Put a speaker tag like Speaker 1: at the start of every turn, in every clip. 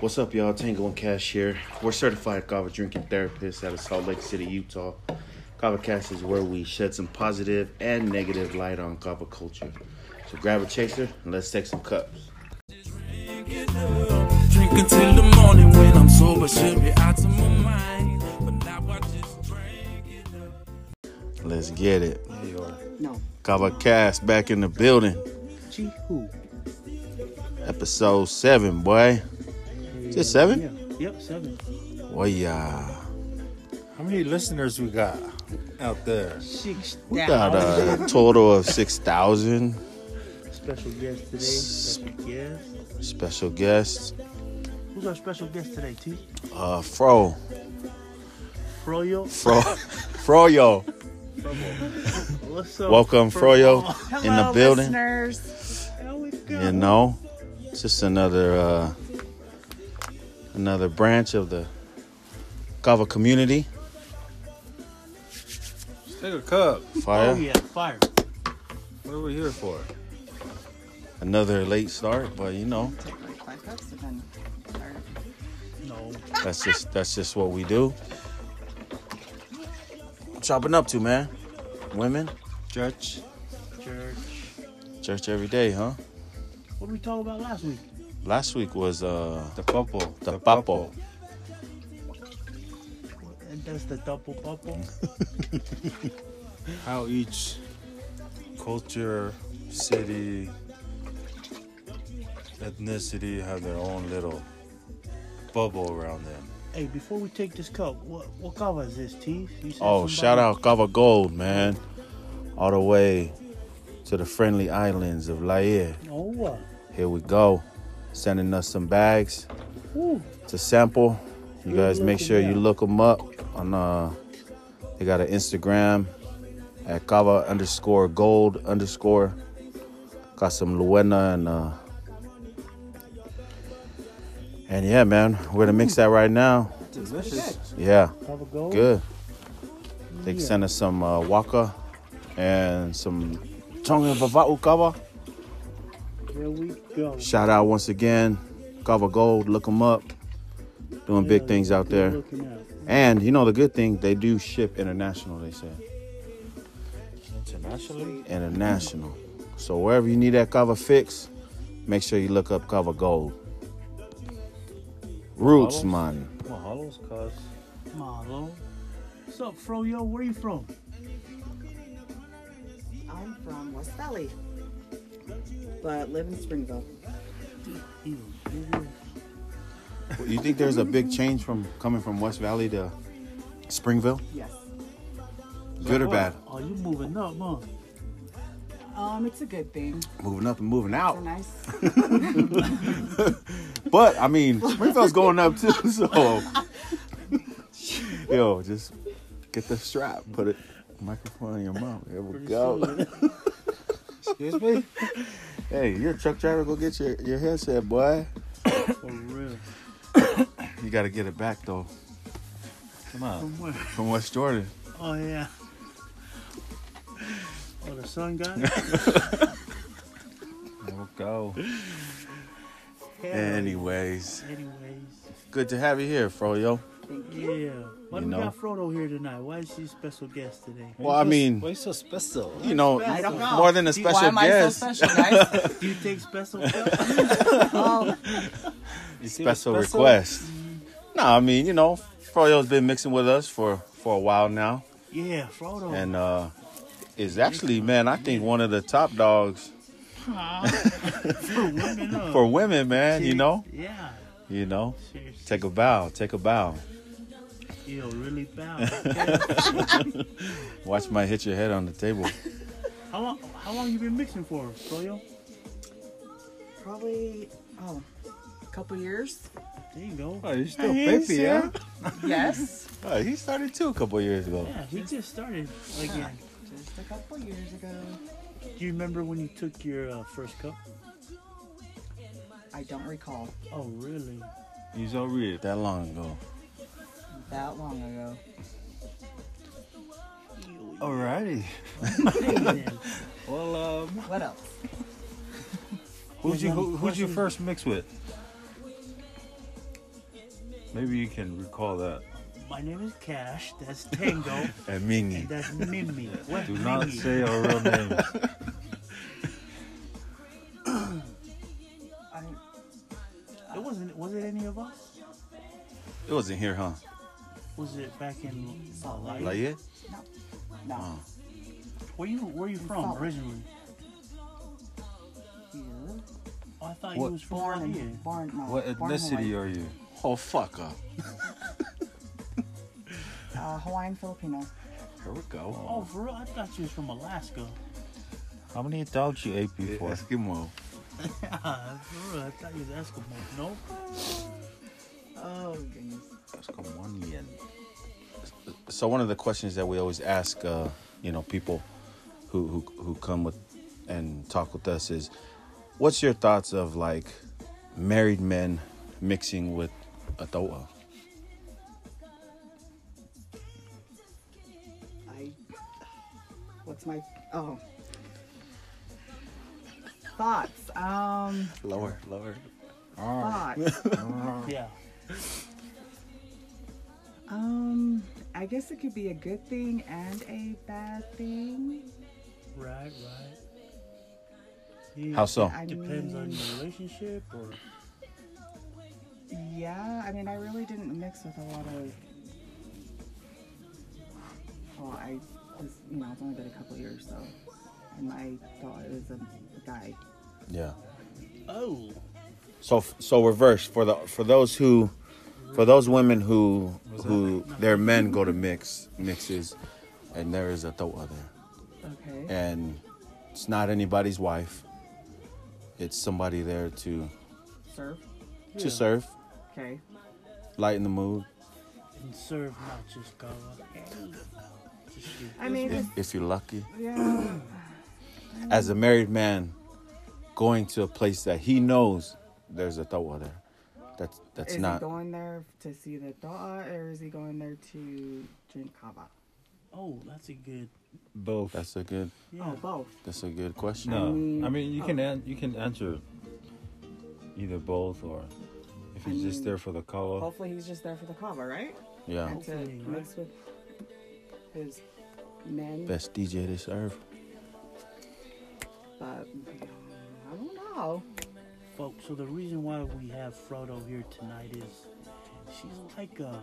Speaker 1: What's up, y'all? Tango and Cash here. We're certified kava drinking therapists out of Salt Lake City, Utah. Kava Cast is where we shed some positive and negative light on kava culture. So grab a chaser and let's take some cups.
Speaker 2: Drink until the morning when I'm sober, should be out of my mind. But now I just drink it up.
Speaker 1: Let's get it.
Speaker 3: No.
Speaker 1: Kava Cast back in the building.
Speaker 3: Gee who?
Speaker 1: Episode 7, boy. Is it 7?
Speaker 3: Yep, seven.
Speaker 1: Boy, yeah.
Speaker 4: How many listeners we got out there?
Speaker 3: Six
Speaker 1: We got a total of 6,000
Speaker 3: Special guest today. Special guest.
Speaker 1: special guests.
Speaker 3: Who's our special guest today, T?
Speaker 1: Uh, Fro.
Speaker 3: Froyo.
Speaker 1: Fro. Froyo.
Speaker 3: What's up?
Speaker 1: Welcome, Froyo, in the building.
Speaker 5: listeners.
Speaker 3: There we go.
Speaker 1: You know, it's just another uh, another branch of the Kava community.
Speaker 4: Take a cup.
Speaker 1: Fire.
Speaker 3: Oh yeah, fire.
Speaker 4: What are we here for?
Speaker 1: Another late start, but you know,
Speaker 5: Take like five cups and then start.
Speaker 3: No.
Speaker 1: that's just that's just what we do. Chopping up to man, women,
Speaker 4: Church.
Speaker 3: Church.
Speaker 1: church every day, huh?
Speaker 3: What did we talk about last week?
Speaker 1: Last week was uh
Speaker 4: The popo.
Speaker 1: the papo.
Speaker 3: And that's the double bubble.
Speaker 4: How each culture, city, ethnicity have their own little bubble around them.
Speaker 3: hey, before we take this cup, what what kava is this, T? You said
Speaker 1: Oh,
Speaker 3: somebody-
Speaker 1: shout out Kava Gold, man, all the way to the friendly islands of Laie.
Speaker 3: Oh what?
Speaker 1: Here we go, sending us some bags.
Speaker 3: Ooh.
Speaker 1: It's a sample. You guys make
Speaker 3: look 'em
Speaker 1: sure you
Speaker 3: up.
Speaker 1: look them up on uh they got an Instagram at Kava underscore gold underscore. Got some Luena and uh and yeah man, we're gonna mix that right now.
Speaker 4: Delicious.
Speaker 1: Yeah,
Speaker 3: Kava gold.
Speaker 1: good. They sent us some uh, waka and some tonga vava'u kava.
Speaker 3: Here we go.
Speaker 1: Shout out once again, Kava Gold. Look them up. Doing big
Speaker 3: Yeah,
Speaker 1: things out
Speaker 3: good
Speaker 1: there.
Speaker 3: looking out.
Speaker 1: And you know the good thing, they do ship international. They said
Speaker 4: Internationally?
Speaker 1: international. So wherever you need that cover fix, make sure you look up cover gold. Roots,
Speaker 4: Bottles?
Speaker 1: man.
Speaker 4: Mahalos, cuz.
Speaker 3: Malo. What's up, Froyo? Where you from?
Speaker 5: I'm from West Valley, but live in Springville.
Speaker 3: You
Speaker 1: You think there's a big change from coming from West Valley to Springville?
Speaker 5: Yes.
Speaker 1: Good or bad?
Speaker 3: Oh, you moving up, huh?
Speaker 5: Um, it's a good thing.
Speaker 1: Moving up and moving
Speaker 5: It's a
Speaker 1: out.
Speaker 5: nice.
Speaker 1: But I mean, Springville's going up too. So, yo, just get the strap, put it microphone in your mouth. Here we go.
Speaker 4: Excuse me?
Speaker 1: Hey, you're a truck driver. Go get your, your headset, boy.
Speaker 3: For real.
Speaker 1: You got to get it back, though,
Speaker 4: Come on.
Speaker 3: From where?
Speaker 1: from West Jordan.
Speaker 3: Oh yeah. Oh, the sun guy.
Speaker 4: There we go.
Speaker 1: Anyways,
Speaker 3: Anyways,
Speaker 1: good to have you here, Froyo.
Speaker 5: Thank you.
Speaker 3: yeah. Why do
Speaker 1: You
Speaker 3: we
Speaker 1: know.
Speaker 3: got Frodo here tonight? Why is she special guest today?
Speaker 1: Well, I mean,
Speaker 4: Why you so special?
Speaker 1: You know,
Speaker 5: I don't know.
Speaker 1: more than a
Speaker 5: Do-
Speaker 1: special
Speaker 5: Why am
Speaker 1: guest.
Speaker 5: I so special, guys?
Speaker 3: Do you take special guest?
Speaker 5: oh,
Speaker 4: You see what's
Speaker 1: special request. No, I mean, you know, Froyo's been mixing with us for for a while now,
Speaker 3: yeah, Frodo.
Speaker 1: and uh is actually, man, I think one of the top dogs
Speaker 3: for women, huh?
Speaker 1: for women, man. You know,
Speaker 3: Yeah.
Speaker 1: you know.
Speaker 3: Seriously.
Speaker 1: Take a bow. Take a bow.
Speaker 3: Yo, really bad. Okay.
Speaker 1: Watch my hit your head on the table.
Speaker 3: how long? How long you been mixing for, Frodo?
Speaker 5: probably. Oh, a couple years.
Speaker 3: There you go.
Speaker 4: Oh, you still
Speaker 1: Hey,
Speaker 4: baby,
Speaker 1: sir.
Speaker 4: yeah?
Speaker 5: Yes.
Speaker 1: Oh, he started too a couple years ago.
Speaker 3: Yeah, he just started again.
Speaker 5: Just a couple years ago.
Speaker 3: Do you remember when you took your uh, first cup?
Speaker 5: I don't recall
Speaker 3: Oh, really?
Speaker 4: He's already.
Speaker 1: That long ago.
Speaker 5: that long ago.
Speaker 4: Alrighty.
Speaker 3: Hey, then.
Speaker 4: Well, um,
Speaker 5: What else?
Speaker 4: who'd you,
Speaker 3: Well,
Speaker 4: who, who'd you
Speaker 3: question-
Speaker 4: first mix with? Maybe you can recall that.
Speaker 3: My name is Cash. That's Tango.
Speaker 4: And Mingy.
Speaker 3: and that's Mimi. What
Speaker 4: Do not
Speaker 3: Mimi?
Speaker 4: say our real names.
Speaker 3: I, it wasn't. Was it any of us?
Speaker 4: It wasn't here, huh?
Speaker 3: Was it back in Salt Lake?
Speaker 4: Like it?
Speaker 5: No. No.
Speaker 3: Where you Where you from
Speaker 5: Salt Lake.
Speaker 3: originally?
Speaker 5: You
Speaker 3: Oh, I thought
Speaker 4: What-
Speaker 3: you was from
Speaker 5: born
Speaker 3: out
Speaker 5: in
Speaker 3: here.
Speaker 5: born no,
Speaker 4: What
Speaker 5: born in Hawaii.
Speaker 4: ethnicity are you?
Speaker 1: Oh, fuck up.
Speaker 5: Uh, Hawaiian Filipino.
Speaker 1: Here we go.
Speaker 3: Oh, for real? I thought you was from Alaska.
Speaker 4: How many dogs you ate before?
Speaker 1: Eskimo.
Speaker 3: Ah, for real, I thought you was Eskimo. No.
Speaker 5: Oh goodness.
Speaker 4: Eskimonian.
Speaker 1: So one of the questions that we always ask, uh, you know, people who, who who come with and talk with us is, what's your thoughts of like married men mixing with Atoa?
Speaker 5: I. What's my oh. Thoughts. Um.
Speaker 1: Lower, lower.
Speaker 5: Thoughts.
Speaker 3: Yeah.
Speaker 5: um. I guess it could be a good thing and a bad thing.
Speaker 3: Right. Right. Yeah.
Speaker 1: How so?
Speaker 5: I
Speaker 3: Depends on
Speaker 5: mean,
Speaker 3: your relationship or.
Speaker 5: Yeah, I mean, I really didn't mix with a lot of. Well, I was, you know, it's only been a couple years, so. And I thought it was a guy.
Speaker 1: Yeah.
Speaker 3: Oh.
Speaker 1: So so reverse for the for those who for those women who who their men go to mix mixes, and there is Atoa there.
Speaker 5: Okay.
Speaker 1: and it's not anybody's wife. It's somebody there to
Speaker 5: Serve.
Speaker 1: to serve,
Speaker 5: Okay.
Speaker 1: lighten the mood,
Speaker 3: And serve not just Gawa. Just you.
Speaker 5: I mean,
Speaker 1: if,
Speaker 5: it's-
Speaker 1: if you're lucky.
Speaker 5: yeah.
Speaker 1: As a married man, going to a place that he knows there's a thought there, that's that's
Speaker 5: is he
Speaker 1: not.
Speaker 5: going there to see the daw, or is he going there to drink kava?
Speaker 3: Oh, that's a good.
Speaker 4: Both.
Speaker 1: That's a good.
Speaker 3: Yeah.
Speaker 5: Oh, both.
Speaker 1: That's a good question.
Speaker 4: No,
Speaker 5: mean-
Speaker 4: I mean you can an- you can answer either both or if
Speaker 5: I
Speaker 4: he's just
Speaker 5: mean-
Speaker 4: there for the kawa.
Speaker 5: Hopefully, he's just there for the kava, right?
Speaker 1: Yeah.
Speaker 5: And to
Speaker 3: Hopefully, right?
Speaker 5: mix with his men.
Speaker 1: Best DJ to serve.
Speaker 5: But I don't know.
Speaker 3: Folks, so the reason why we have Frodo here tonight is she's like a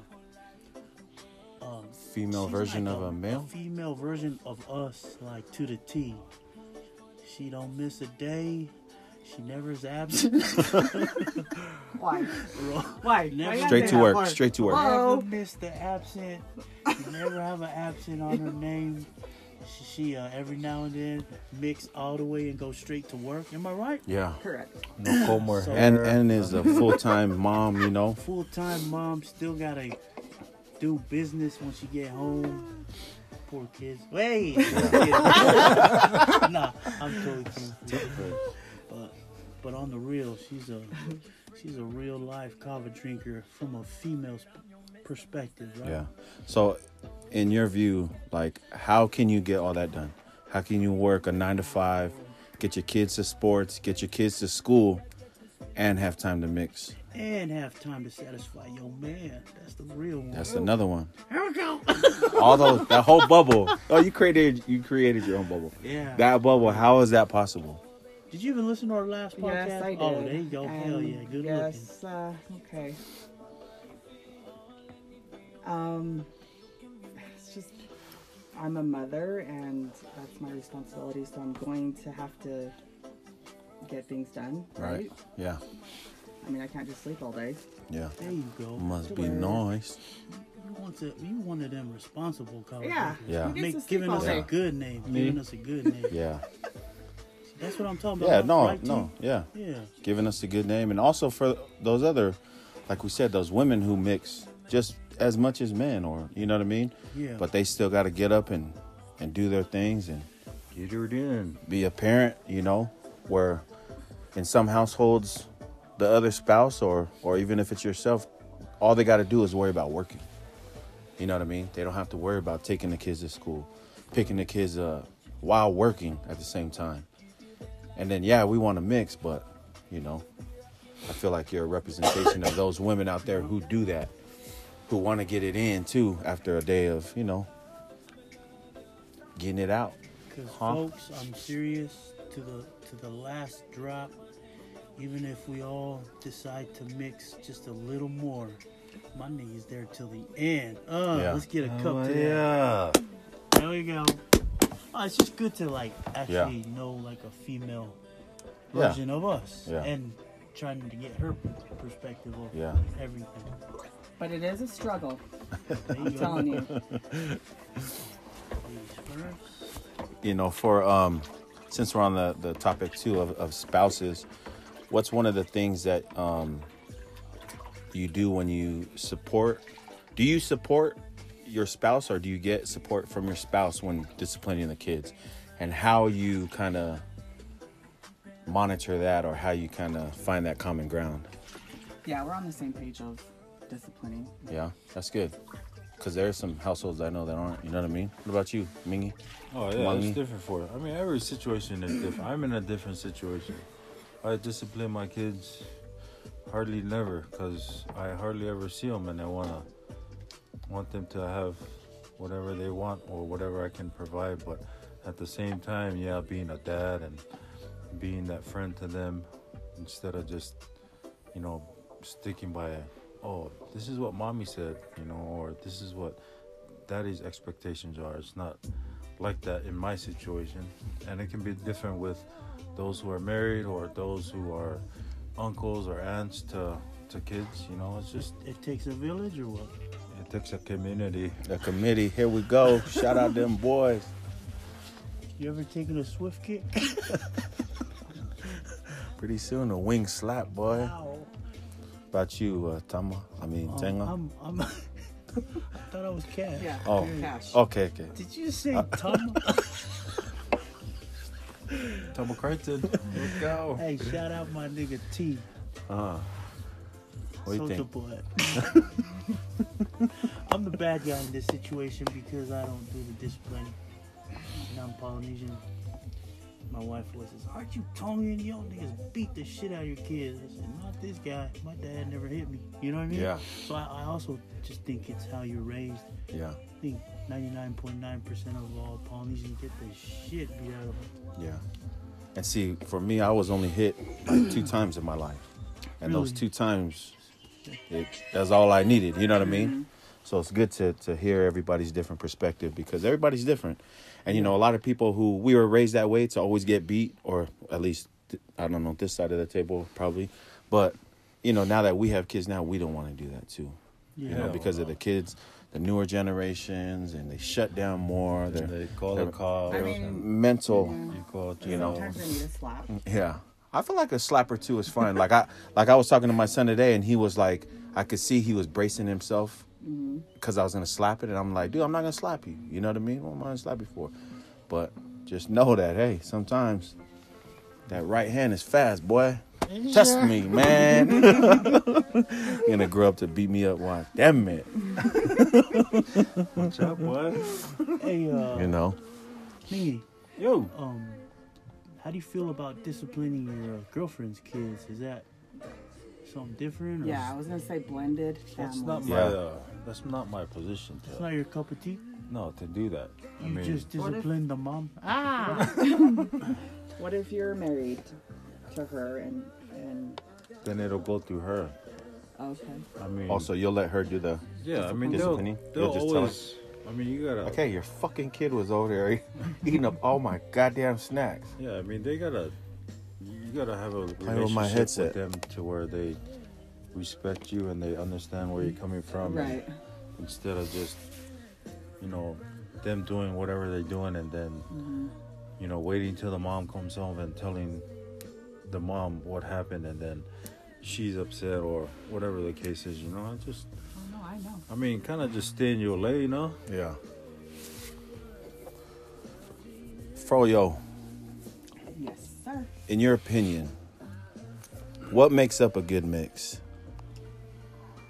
Speaker 3: um,
Speaker 1: Female
Speaker 3: she's
Speaker 1: version
Speaker 3: like
Speaker 1: of a male.
Speaker 3: female version of us, like to the T. She don't miss a day. She never is absent.
Speaker 5: Why? Why?
Speaker 3: Never-
Speaker 5: Why gotta
Speaker 1: Straight
Speaker 5: say
Speaker 1: to
Speaker 5: that
Speaker 1: work.
Speaker 5: part?
Speaker 1: Straight to work.
Speaker 5: Whoa.
Speaker 3: never miss the absent. She never have an absent on her name. She, she uh, every now and then mix all the way and go straight to work. Am I right?
Speaker 1: Yeah.
Speaker 5: Correct.
Speaker 4: No comb or
Speaker 3: So-
Speaker 4: hair.
Speaker 1: And and is a full time mom. You know.
Speaker 3: full time mom still gotta do business when she get home. Poor kids. Wait. nah, I'm totally kidding. But but on the real, she's a she's a real life kava drinker from a female's perspective, right?
Speaker 1: Yeah. So, in your view, like, how can you get all that done? How can you work a nine to five, get your kids to sports, get your kids to school, and have time to mix?
Speaker 3: And have time to satisfy your man. That's the real one.
Speaker 1: That's another one.
Speaker 3: Here we go.
Speaker 1: All those, that whole bubble. Oh, you created you created your own bubble.
Speaker 3: Yeah.
Speaker 1: That bubble. How is that possible?
Speaker 3: Did you even listen to our last podcast?
Speaker 5: Yes, I did.
Speaker 3: Oh, there you go. Hell
Speaker 5: And
Speaker 3: yeah. Good looking.
Speaker 5: yes, uh, okay. Um, it's just I'm a mother, and that's my responsibility. So I'm going to have to get things done, right?
Speaker 1: Right. Yeah.
Speaker 5: I mean, I can't just sleep all day.
Speaker 1: Yeah.
Speaker 3: There you go.
Speaker 1: Must be nice.
Speaker 3: You want to, you wanted them responsible college.
Speaker 5: Yeah.
Speaker 3: workers.
Speaker 1: Yeah.
Speaker 5: Who gets to
Speaker 3: Make,
Speaker 5: sleep
Speaker 3: giving
Speaker 5: all
Speaker 3: us
Speaker 5: day?
Speaker 3: a good name. Giving us a good name.
Speaker 1: Yeah.
Speaker 3: That's what I'm talking about.
Speaker 1: Yeah.
Speaker 3: Am I
Speaker 1: No.
Speaker 3: right,
Speaker 1: No. Yeah.
Speaker 3: T? Yeah.
Speaker 1: giving us a good name and also for those other like we said those women who mix just as much as men or you know what i mean
Speaker 3: Yeah.
Speaker 1: but they still got to get up and and do their things and
Speaker 4: Get her in.
Speaker 1: be a parent you know where in some households the other spouse or or even if it's yourself all they got to do is worry about working you know what i mean they don't have to worry about taking the kids to school picking the kids up while working at the same time and then yeah we want to mix but you know i feel like you're a representation of those women out there who do that who want to get it in too after a day of, you know, getting it out.
Speaker 3: Because
Speaker 1: Huh?
Speaker 3: folks, I'm serious to the to the last drop. Even if we all decide to mix just a little more, my nigga's there till the end. Uh,
Speaker 1: Yeah.
Speaker 3: let's get a cup
Speaker 1: Oh,
Speaker 3: to
Speaker 1: yeah.
Speaker 3: that. There we go. Oh, it's just good to like actually know like a female
Speaker 1: Yeah.
Speaker 3: version of us
Speaker 1: Yeah.
Speaker 3: and trying to get her per- perspective of
Speaker 1: Yeah.
Speaker 3: everything.
Speaker 5: But it is a struggle.
Speaker 3: There you
Speaker 5: I'm
Speaker 3: go.
Speaker 5: telling you.
Speaker 3: Ladies first.
Speaker 1: You know, for um since we're on the, the topic too of, of spouses, what's one of the things that um you do when you support do you support your spouse or do you get support from your spouse when disciplining the kids? And how you kinda monitor that or how you kinda find that common ground.
Speaker 5: Yeah, we're on the same page of disciplining.
Speaker 1: Yeah, that's good. Cause there's some households I know that aren't. You know what I mean? What about you, Mingy?
Speaker 4: Oh yeah,
Speaker 1: Money.
Speaker 4: it's different for. I mean, every situation is different. I'm in a different situation. I discipline my kids hardly never because I hardly ever see them, and I wanna want them to have whatever they want or whatever I can provide. But at the same time, yeah, being a dad and being that friend to them instead of just you know sticking by oh this is what mommy said you know or this is what daddy's expectations are it's not like that in my situation and it can be different with those who are married or those who are uncles or aunts to to kids you know it's just
Speaker 3: It takes a village or what?
Speaker 4: it takes a community
Speaker 1: The committee. Here we go. Shout out them boys.
Speaker 3: You ever taken a swift kick?
Speaker 1: Pretty soon a wing slap, boy.
Speaker 3: Ow.
Speaker 1: About you, uh, Tama. I mean,
Speaker 3: Um,
Speaker 1: Tenga.
Speaker 3: I'm, I'm, I thought I was cash.
Speaker 5: Yeah.
Speaker 1: Oh.
Speaker 5: Cash.
Speaker 1: okay, okay.
Speaker 3: Did you
Speaker 1: Uh,
Speaker 3: say Tama?
Speaker 4: Tama Crichton let's go
Speaker 3: hey, shout out my nigga T.
Speaker 1: Uh-huh. What do you
Speaker 3: Soldier
Speaker 1: think?
Speaker 3: boy. I'm the bad guy in this situation because I don't do the discipline. And I'm Polynesian. My wife was says, Aren't you Tongan? Y'all niggas beat the shit out of your kids. I said, Not this guy. My dad never hit me. You know what I mean?
Speaker 1: Yeah.
Speaker 3: So I, I also just think it's how you're raised.
Speaker 1: Yeah,
Speaker 3: I think 99.9% of all Polynesians get the shit beat out of them.
Speaker 1: yeah. And see, for me, I was only hit like two times in my life, and those
Speaker 3: Really?
Speaker 1: two times, it, that's all I needed. You know what I
Speaker 4: Mm-hmm.
Speaker 1: mean? So it's good to to hear everybody's different perspective because everybody's different, and you know, a lot of people who we were raised that way to always get beat, or at least th- I don't know this side of the table probably, but you know, now that we have kids now, we don't want to do that too. you know,
Speaker 4: Yeah.
Speaker 1: because of the kids, the newer generations, and they shut down more. They're,
Speaker 4: they call the
Speaker 1: they're-
Speaker 4: cops
Speaker 5: I
Speaker 1: they're
Speaker 5: mean-
Speaker 1: mental.
Speaker 4: you call
Speaker 1: You know. Mm.
Speaker 5: Sometimes I need a slap.
Speaker 1: Yeah, I feel like a slap or two is fine. like I, like I was talking to my son today, and he was like, I could see he was bracing himself because I was gonna slap it, and I'm like, dude, I'm not gonna slap you. You know what I mean? What am I gonna slap you for? But just know that, hey, sometimes that right hand is fast, boy. Test me, man. You're gonna grow up to beat me up. Why? Damn it.
Speaker 4: What's up, boy?
Speaker 3: Hey, uh,
Speaker 1: You know.
Speaker 3: Mingy,
Speaker 4: yo
Speaker 1: Oh,
Speaker 3: um, how do you feel about disciplining your uh, girlfriend's kids? Is that something different? Or
Speaker 5: Yeah, I was gonna say blended
Speaker 4: that's
Speaker 5: families.
Speaker 4: not my
Speaker 1: Yeah.
Speaker 4: uh, that's not my position
Speaker 3: It's
Speaker 4: to
Speaker 3: not your cup of tea.
Speaker 4: no to do that i
Speaker 3: You
Speaker 4: mean
Speaker 3: just
Speaker 5: What if-
Speaker 3: disciplined the mom. Ah,
Speaker 5: What if you're married to her and and
Speaker 4: then it'll go through her
Speaker 5: okay?
Speaker 4: i mean
Speaker 1: Also, you'll let her do the.
Speaker 4: Yeah, I mean, they'll,
Speaker 1: disciplining.
Speaker 4: they'll
Speaker 1: You'll just tell
Speaker 4: always. I mean, you gotta.
Speaker 1: Okay, your fucking kid was over there eating up all my goddamn snacks.
Speaker 4: Yeah, I mean, they gotta. You gotta have a
Speaker 1: my
Speaker 4: relationship
Speaker 1: headset.
Speaker 4: with them to where they respect you and they understand where you're coming from. and
Speaker 5: Right.
Speaker 4: Instead of just, you know, them doing whatever they're doing and then, you know, waiting till the mom comes home and telling the mom what happened and then she's upset or whatever the case is. You know, I just.
Speaker 5: Oh no, I know.
Speaker 4: I mean, kind of just stay in your lane, you know.
Speaker 1: Yeah. Froyo,
Speaker 5: Yes, sir.
Speaker 1: in your opinion, what makes up a good mix?
Speaker 5: Oh,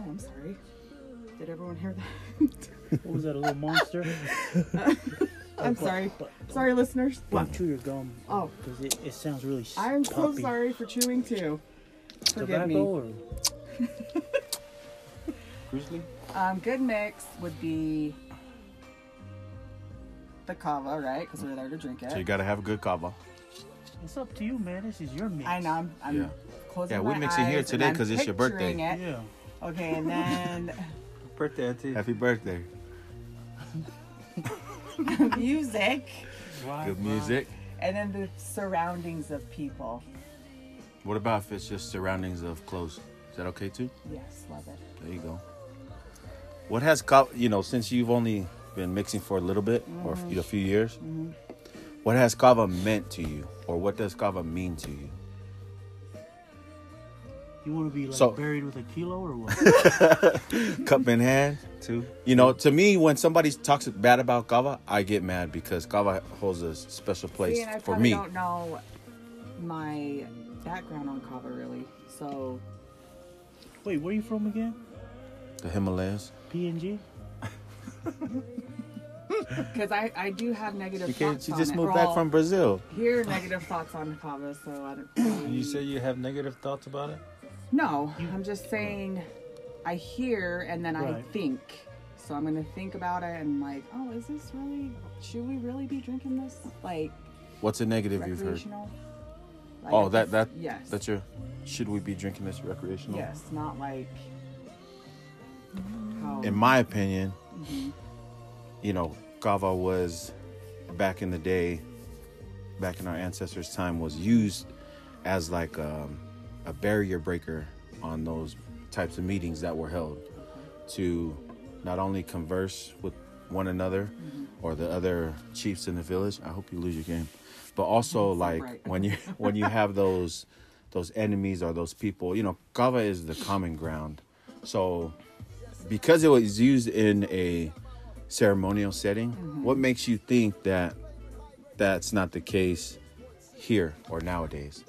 Speaker 5: I'm sorry. Did everyone hear that?
Speaker 3: what was that? A little monster?
Speaker 5: I'm sorry. Sorry, listeners.
Speaker 3: Don't chew your gum
Speaker 5: Oh,
Speaker 3: because it, it sounds really.
Speaker 5: I'm so
Speaker 3: stumpy.
Speaker 5: sorry for chewing too. Forgive
Speaker 3: Tobacco
Speaker 5: me.
Speaker 3: or
Speaker 4: Grizzly?
Speaker 5: Um, good mix would be the kava, right? Because we're there to drink
Speaker 1: So you
Speaker 5: it.
Speaker 1: gotta have a good kava.
Speaker 3: It's up to you, man. This is your mix.
Speaker 5: I know. I'm, I'm
Speaker 4: Yeah.
Speaker 5: closing
Speaker 1: Yeah, we
Speaker 5: my
Speaker 1: mix it here
Speaker 5: eyes
Speaker 1: today
Speaker 5: and I'm
Speaker 1: 'cause it's your birthday.
Speaker 5: picturing it.
Speaker 3: Yeah.
Speaker 5: Okay, and then
Speaker 4: Birthday, auntie.
Speaker 1: Happy birthday.
Speaker 5: music,
Speaker 1: Good music.
Speaker 5: and then the surroundings of people.
Speaker 1: What about if it's just surroundings of clothes? Is that okay too?
Speaker 5: Yes, love it.
Speaker 1: There you go. What has kava, you know, since you've only been mixing for a little bit or a few- a few years, what has kava meant to you? Or what does kava mean to you?
Speaker 3: You want to be like
Speaker 1: So-
Speaker 3: buried with a kilo or what?
Speaker 1: Cup in hand?
Speaker 4: Two.
Speaker 1: You know, to me, when somebody talks bad about kava, I get mad because kava holds a special place
Speaker 5: See, and I
Speaker 1: for
Speaker 5: probably
Speaker 1: me.
Speaker 5: don't know my background on kava really, so
Speaker 3: Wait, where you from again?
Speaker 1: The Himalayas.
Speaker 3: PNG?
Speaker 5: because I, I do have negative
Speaker 1: You can't.
Speaker 5: thoughts
Speaker 1: She
Speaker 5: on
Speaker 1: just
Speaker 5: it.
Speaker 1: moved
Speaker 5: Or
Speaker 1: back
Speaker 5: I'll
Speaker 1: from Brazil.
Speaker 5: hear negative thoughts on kava, so I don't.
Speaker 4: You say you have negative thoughts about it?
Speaker 5: No, I'm just saying I hear and then I
Speaker 3: Right.
Speaker 5: think. So I'm gonna think about it and like, oh, is this really? Should we really be drinking this? Like
Speaker 1: What's a negative you've heard?
Speaker 5: recreational? Like,
Speaker 1: Oh,
Speaker 5: I
Speaker 1: that
Speaker 5: just-
Speaker 1: that
Speaker 5: yes,
Speaker 1: That's your. Should we be drinking this recreational?
Speaker 5: yes, not like. How,
Speaker 1: In my opinion,
Speaker 5: Mm-hmm.
Speaker 1: you know, kava was back in the day, back in our ancestors' time, was used as like um, a barrier breaker on those types of meetings that were held to not only converse with one another or the other chiefs in the village. I hope you lose your game, but also like
Speaker 5: right.
Speaker 1: when you when you have those those enemies or those people, you know, kava is the common ground. So because it was used in a ceremonial setting,
Speaker 3: Mm-hmm.
Speaker 1: what makes you think that that's not the case here or nowadays?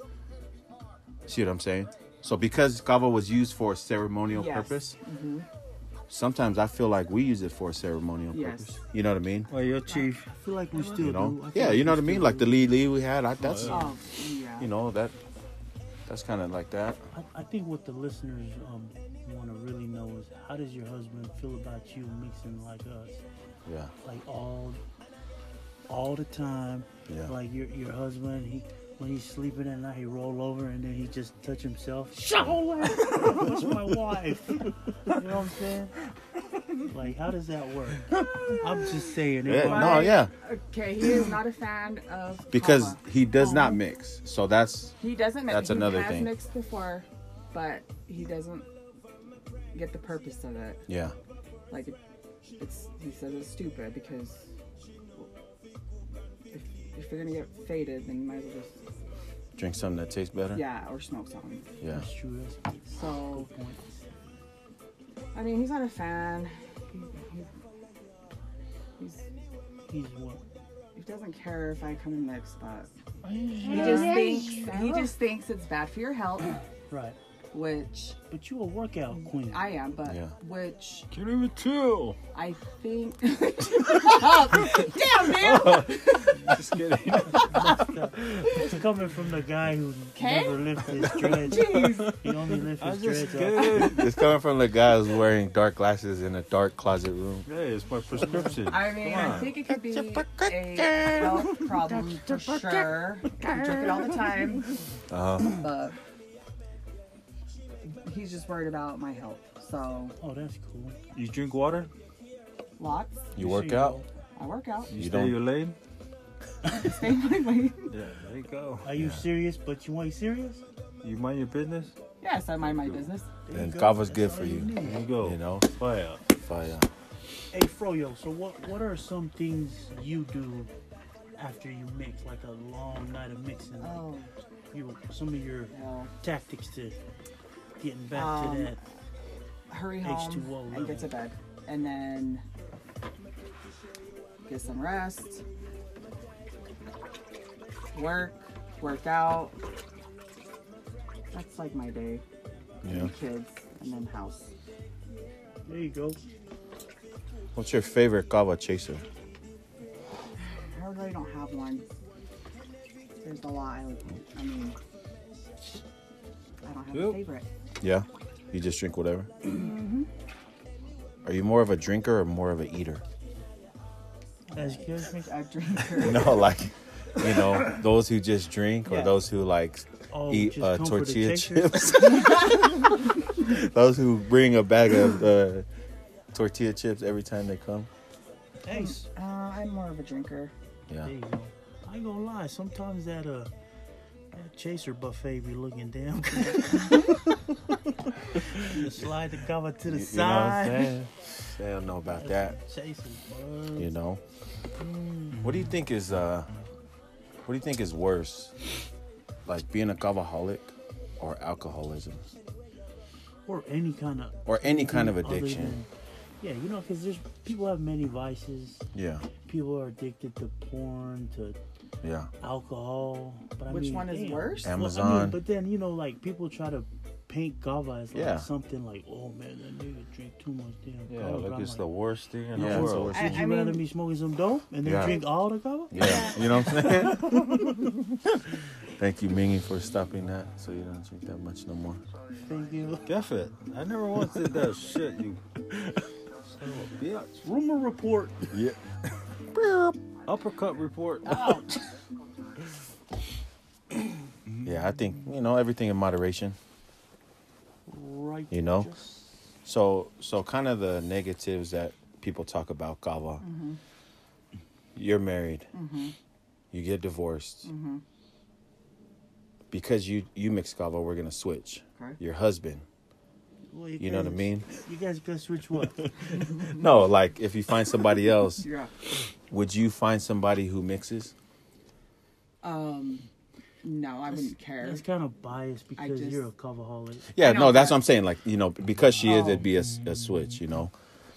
Speaker 1: See what I'm saying? So because kava was used for a ceremonial
Speaker 5: Yes.
Speaker 1: purpose,
Speaker 3: Mm-hmm.
Speaker 1: sometimes I feel like we use it for a ceremonial
Speaker 5: Yes.
Speaker 1: purpose. You know what I mean?
Speaker 4: Well, your chief.
Speaker 3: I feel like we still
Speaker 1: You
Speaker 3: do. I
Speaker 1: know?
Speaker 3: feel
Speaker 1: Yeah, you know what I
Speaker 3: we
Speaker 1: mean?
Speaker 3: still
Speaker 1: Like
Speaker 3: do.
Speaker 1: the lead lead we had, I, that's
Speaker 5: Oh, yeah.
Speaker 1: you know that that's kind of like that.
Speaker 3: I, I think what the listeners um, want to really know is how does your husband feel about you mixing like us,
Speaker 1: Yeah.
Speaker 3: like all, all the time.
Speaker 1: Yeah.
Speaker 3: Like your your husband, he when he's sleeping at night, he roll over and then he just touch himself. Show That's my wife. You know what I'm saying? Like how does that work? I'm just saying. it
Speaker 1: Yeah,
Speaker 3: might-
Speaker 1: no, yeah,
Speaker 5: Okay, he is not a fan of
Speaker 1: because
Speaker 5: kava.
Speaker 1: he does not mix. So that's
Speaker 5: He doesn't. mi-
Speaker 1: That's
Speaker 5: he
Speaker 1: another
Speaker 5: has
Speaker 1: thing.
Speaker 5: mixed before, but he doesn't get the purpose of it.
Speaker 1: yeah.
Speaker 5: Like it, it's he says it's stupid because if, if you're gonna get faded, then you might as well just
Speaker 1: Drink something that tastes better.
Speaker 5: yeah or smoke something.
Speaker 1: Yeah.
Speaker 3: That's true. That's a good
Speaker 5: So
Speaker 3: point.
Speaker 5: I mean, he's not a fan. He, he, he's,
Speaker 3: He's what?
Speaker 5: he doesn't care if I come and mix, but he
Speaker 3: Yeah.
Speaker 5: just thinks he just thinks it's bad for your health,
Speaker 3: Right.
Speaker 5: which
Speaker 3: But you a workout queen.
Speaker 5: I am, but
Speaker 1: Yeah.
Speaker 5: which
Speaker 4: Can't even tell.
Speaker 5: I think. Damn, man.
Speaker 4: Just kidding.
Speaker 3: It's coming from the guy who
Speaker 5: Okay.
Speaker 3: never lifted his dreads.
Speaker 5: Jeez.
Speaker 3: He only lifted
Speaker 4: I'm
Speaker 3: his
Speaker 4: just
Speaker 3: dreads up.
Speaker 4: kidding.
Speaker 1: It's coming from the guy who's wearing dark glasses in a dark closet room.
Speaker 4: Hey, it's my prescription.
Speaker 5: I mean,
Speaker 4: Come
Speaker 5: I
Speaker 4: on.
Speaker 5: think it could be a health problem for sure. I drink it all the time,
Speaker 1: Uh-huh.
Speaker 5: but he's just worried about my health. So
Speaker 3: Oh, that's cool.
Speaker 4: You drink water?
Speaker 5: lots.
Speaker 1: You work out.
Speaker 5: I work out.
Speaker 4: You,
Speaker 1: You
Speaker 4: stay
Speaker 1: don't-
Speaker 4: your lane?
Speaker 5: Stay in my lane.
Speaker 4: Yeah, there you go.
Speaker 3: Are you serious? But you ain't serious?
Speaker 4: You mind your business?
Speaker 5: Yes, I mind my business.
Speaker 3: There
Speaker 1: And
Speaker 3: you go.
Speaker 1: kava's good
Speaker 3: That's
Speaker 1: for
Speaker 3: all
Speaker 1: you.
Speaker 3: need.
Speaker 4: There you go.
Speaker 1: You know, uh,
Speaker 4: Fire.
Speaker 1: fire.
Speaker 3: Hey, Froyo, so what, what are some things you do after you mix, like a long night of mixing? Like
Speaker 5: Oh,
Speaker 3: you, some of your
Speaker 5: no.
Speaker 3: tactics to getting back
Speaker 5: Um,
Speaker 3: to that.
Speaker 5: Hurry
Speaker 3: H2O
Speaker 5: home and get to
Speaker 3: level.
Speaker 5: bed. And then get some rest. Work, work out. That's like my day.
Speaker 1: Yeah.
Speaker 5: Kids and then house.
Speaker 3: There you go.
Speaker 1: What's your favorite kava chaser?
Speaker 5: I really don't have one. There's a lot. I, like- I mean, I don't have a
Speaker 4: Yep.
Speaker 5: favorite.
Speaker 3: Mm-hmm.
Speaker 1: Yeah. You just drink whatever. Are you more of a drinker or more of an eater?
Speaker 3: That's good.
Speaker 5: A drinker.
Speaker 1: No, like you know, those who just drink or
Speaker 5: Yeah.
Speaker 1: those who like
Speaker 3: Oh,
Speaker 1: eat
Speaker 3: just
Speaker 1: uh,
Speaker 3: come for the
Speaker 1: tortilla
Speaker 3: texture?
Speaker 1: chips. those who bring a bag of uh, tortilla chips every time they come.
Speaker 3: Thanks.
Speaker 5: Uh, I'm more of a drinker.
Speaker 1: Yeah.
Speaker 3: There you go. I ain't gonna lie. Sometimes that uh, that chaser buffet be looking damn good. you slide the cover to the
Speaker 1: You know what I'm
Speaker 3: side.
Speaker 1: saying? They don't know about that.
Speaker 3: Chasers,
Speaker 1: You know.
Speaker 3: Mm.
Speaker 1: What do you think is uh what do you think is worse? Like being a alcoholic or alcoholism
Speaker 3: or any kind of
Speaker 1: or any kind of
Speaker 3: other
Speaker 1: addiction?
Speaker 3: than- yeah, you know, because there's people have many vices.
Speaker 1: Yeah.
Speaker 3: People are addicted to porn, to
Speaker 1: Yeah.
Speaker 3: alcohol. But I
Speaker 5: Which
Speaker 3: mean,
Speaker 5: one is
Speaker 3: damn.
Speaker 5: worse?
Speaker 1: Am-
Speaker 3: Well, I
Speaker 1: Amazon.
Speaker 3: mean, but then you know, like people try to paint Gava as like
Speaker 1: Yeah.
Speaker 3: something like, oh man, that nigga drink too much damn.
Speaker 4: Yeah,
Speaker 3: Gava.
Speaker 4: like
Speaker 3: I'm
Speaker 4: it's
Speaker 3: like,
Speaker 4: the worst thing in
Speaker 1: Yeah,
Speaker 4: the
Speaker 1: it's the
Speaker 4: world.
Speaker 1: worst
Speaker 5: I-
Speaker 3: Would you
Speaker 5: I
Speaker 3: rather
Speaker 5: mean-
Speaker 3: be smoking some dope and then
Speaker 1: Yeah.
Speaker 3: drink all the Gava?
Speaker 1: Yeah. You know what I'm saying? Thank you, Mingy, for stopping that so you don't drink that much no more.
Speaker 3: Thank you.
Speaker 4: Guff it. I never once did that shit, you son of a bitch.
Speaker 3: Rumor report.
Speaker 1: Yeah.
Speaker 4: Uppercut report.
Speaker 1: Yeah, I think, you know, everything in moderation.
Speaker 3: Right.
Speaker 1: You know?
Speaker 3: just-
Speaker 1: So, so kind of the negatives that people talk about, Gava. You're married. You get divorced. Because you you mix Gava, we're gonna switch.
Speaker 5: Okay.
Speaker 1: Your husband.
Speaker 3: Well,
Speaker 1: You know what I
Speaker 3: guys-
Speaker 1: mean?
Speaker 3: You guys gotta switch what?
Speaker 1: No, like if you find somebody else,
Speaker 5: Yeah.
Speaker 1: would you find somebody who mixes?
Speaker 5: Um, no, I wouldn't care.
Speaker 3: That's kind of biased because
Speaker 5: just-
Speaker 3: you're a Gavaholic.
Speaker 1: Yeah,
Speaker 5: know
Speaker 1: no, that's
Speaker 5: that.
Speaker 1: what I'm saying. Like you know, because she is,
Speaker 5: Oh.
Speaker 1: it'd be a, s- a switch. You know,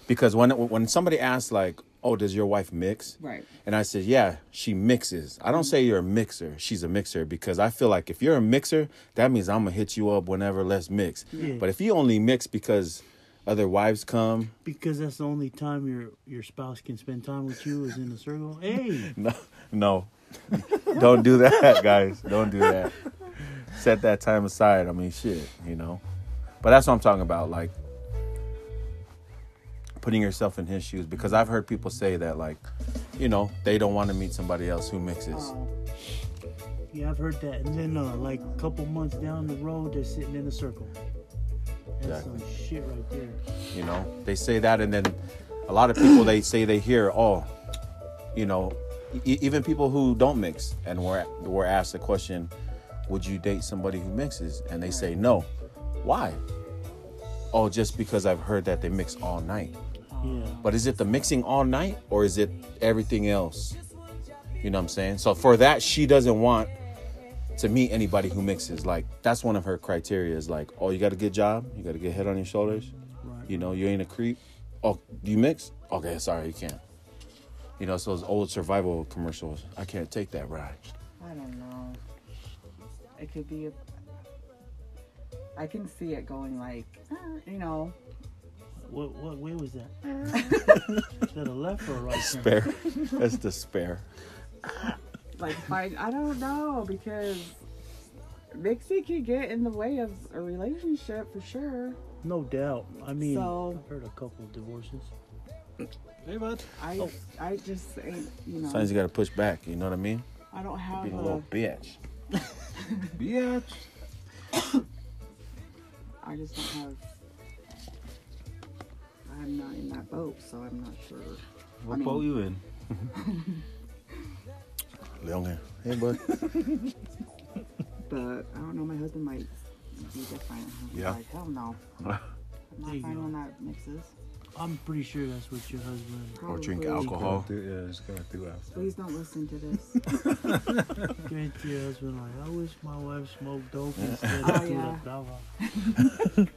Speaker 1: because when when somebody asks like, "Oh, does your wife mix?"
Speaker 5: Right.
Speaker 1: And I said, "Yeah, she mixes." I don't say you're a mixer. She's a mixer because I feel like if you're a mixer, that means I'm gonna hit you up whenever. Let's mix.
Speaker 3: Yeah.
Speaker 1: But if you only mix because other wives come,
Speaker 3: Because that's the only time your your spouse can spend time with you is in the circle. Hey,
Speaker 1: no, no, don't do that, guys. Don't do that. Set that time aside. I mean, shit, you know. But that's what I'm talking about, like putting yourself in his shoes. Because I've heard people say that, like, you know, they don't want to meet somebody else who mixes.
Speaker 5: Oh,
Speaker 3: yeah, I've heard that. And then uh, like a couple months down the road, they're sitting in a circle. That's
Speaker 1: Exactly.
Speaker 3: some shit right there.
Speaker 1: You know, they say that, and then a lot of people they say they hear, oh, you know, e- even people who don't mix, and were were asked the question, would you date somebody who mixes? And they say no. Why? Oh, just because I've heard that they mix all night.
Speaker 3: Yeah.
Speaker 1: But is it the mixing all night or is it everything else? You know what I'm saying? So for that, she doesn't want to meet anybody who mixes. Like that's one of her criteria is like, oh, you got a good job, you got a good head on your shoulders.
Speaker 3: Right.
Speaker 1: You know, you ain't a creep. Oh, do you mix? Okay, sorry, you can't. You know, so those old survival commercials. I can't take that ride.
Speaker 5: I don't know. It could be. A, I can see it going like, uh, you know,
Speaker 3: What what way was that?
Speaker 5: Uh.
Speaker 3: Is that a left or a right? turn?
Speaker 1: Spare. that's despair.
Speaker 5: like find. I don't know because mixing can get in the way of a relationship for sure.
Speaker 3: No doubt. I mean,
Speaker 5: So-
Speaker 3: I've heard a couple of divorces.
Speaker 4: hey, bud.
Speaker 5: I
Speaker 1: Oh.
Speaker 5: I just ain't you know.
Speaker 1: Sometimes you gotta push back. You know what I mean?
Speaker 5: I don't have
Speaker 1: Be a
Speaker 5: a.
Speaker 1: little bitch.
Speaker 4: Bitch.
Speaker 5: I just don't have. I'm not in that boat, so I'm not sure.
Speaker 4: What
Speaker 5: I mean-
Speaker 4: boat you in?
Speaker 1: Leonga. Hey, bud.
Speaker 5: But I don't know. My husband might be different. He's
Speaker 1: Yeah.
Speaker 5: Like hell no. I'm
Speaker 3: There you go.
Speaker 5: not fine when that mixes.
Speaker 3: I'm pretty sure that's what your husband.
Speaker 1: Or drink
Speaker 5: Probably.
Speaker 1: alcohol.
Speaker 4: Yeah, it's going through after.
Speaker 5: Please don't listen to this.
Speaker 3: Going to your husband like, I wish my wife smoked dope instead
Speaker 5: Oh,
Speaker 3: of through
Speaker 5: yeah.
Speaker 3: the Gava.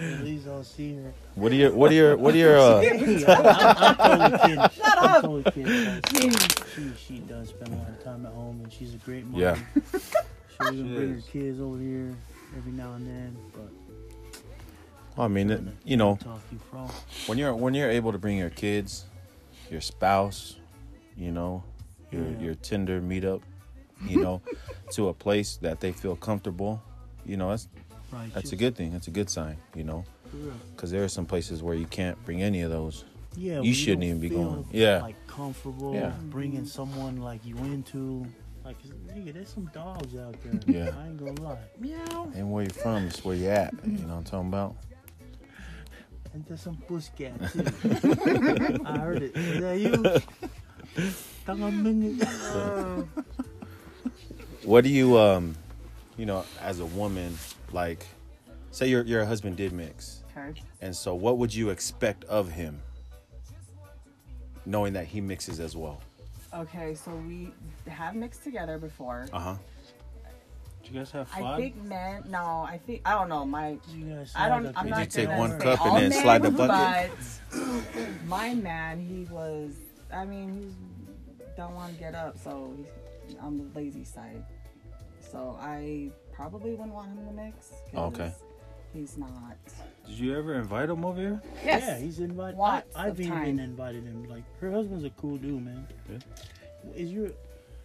Speaker 3: At least I'll see her.
Speaker 1: What are your what are your what are your uh,
Speaker 3: Hey, I, am I'm totally kidding. I'm totally kidding.
Speaker 5: Jeez.
Speaker 3: She, she does spend a lot of time at home, and she's a great mom.
Speaker 1: Yeah.
Speaker 3: She'll even
Speaker 4: She
Speaker 3: bring
Speaker 4: is.
Speaker 3: her kids over here every now and then. But
Speaker 1: I mean, it- you know,
Speaker 3: talk you from.
Speaker 1: when you're when you're able to bring your kids, your spouse, you know, your
Speaker 3: Yeah.
Speaker 1: your Tinder meetup, you know, to a place that they feel comfortable, you know, that's
Speaker 3: Right.
Speaker 1: That's a good thing. That's a good sign, you know, because there are some places where you can't bring any of those.
Speaker 3: Yeah.
Speaker 1: You
Speaker 3: when
Speaker 1: shouldn't
Speaker 3: don't
Speaker 1: even be
Speaker 3: feel,
Speaker 1: going. Yeah.
Speaker 3: Like comfortable.
Speaker 1: Yeah.
Speaker 3: Bringing someone like you into. Like, 'cause, nigga, there's some dogs out there.
Speaker 1: Yeah.
Speaker 3: I ain't gonna lie.
Speaker 1: And where you're from, it's where you're at. You know what I'm talking about?
Speaker 3: And there's some bush cat too. I heard it. Is that you? Thug a minute.
Speaker 1: What do you um, you know, as a woman, like, say your your husband did mix,
Speaker 5: Okay.
Speaker 1: and so what would you expect of him, knowing that he mixes as well?
Speaker 5: Okay, so we have mixed together before.
Speaker 1: Uh huh.
Speaker 4: Do you guys have
Speaker 5: I
Speaker 4: fun?
Speaker 5: think men. No, I think I don't know. My,
Speaker 3: You guys
Speaker 5: I
Speaker 3: slide
Speaker 5: don't.
Speaker 3: up
Speaker 5: I'm
Speaker 3: in
Speaker 5: not
Speaker 1: You take
Speaker 5: gonna
Speaker 1: one
Speaker 5: say
Speaker 1: cup and
Speaker 5: all
Speaker 1: then slide the
Speaker 5: men,
Speaker 1: bucket?
Speaker 5: But my man, he was. I mean, he don't want to get up, so he's on the lazy side. So I probably wouldn't want him to mix. 'cause
Speaker 1: Okay.
Speaker 5: He's not.
Speaker 4: Did you ever invite him over here?
Speaker 5: Yes.
Speaker 3: Yeah, he's invited.
Speaker 5: Lots
Speaker 3: I, I've
Speaker 5: of
Speaker 3: even
Speaker 5: time.
Speaker 3: invited him. Like her husband's a cool dude, man.
Speaker 4: Yeah.
Speaker 3: Is your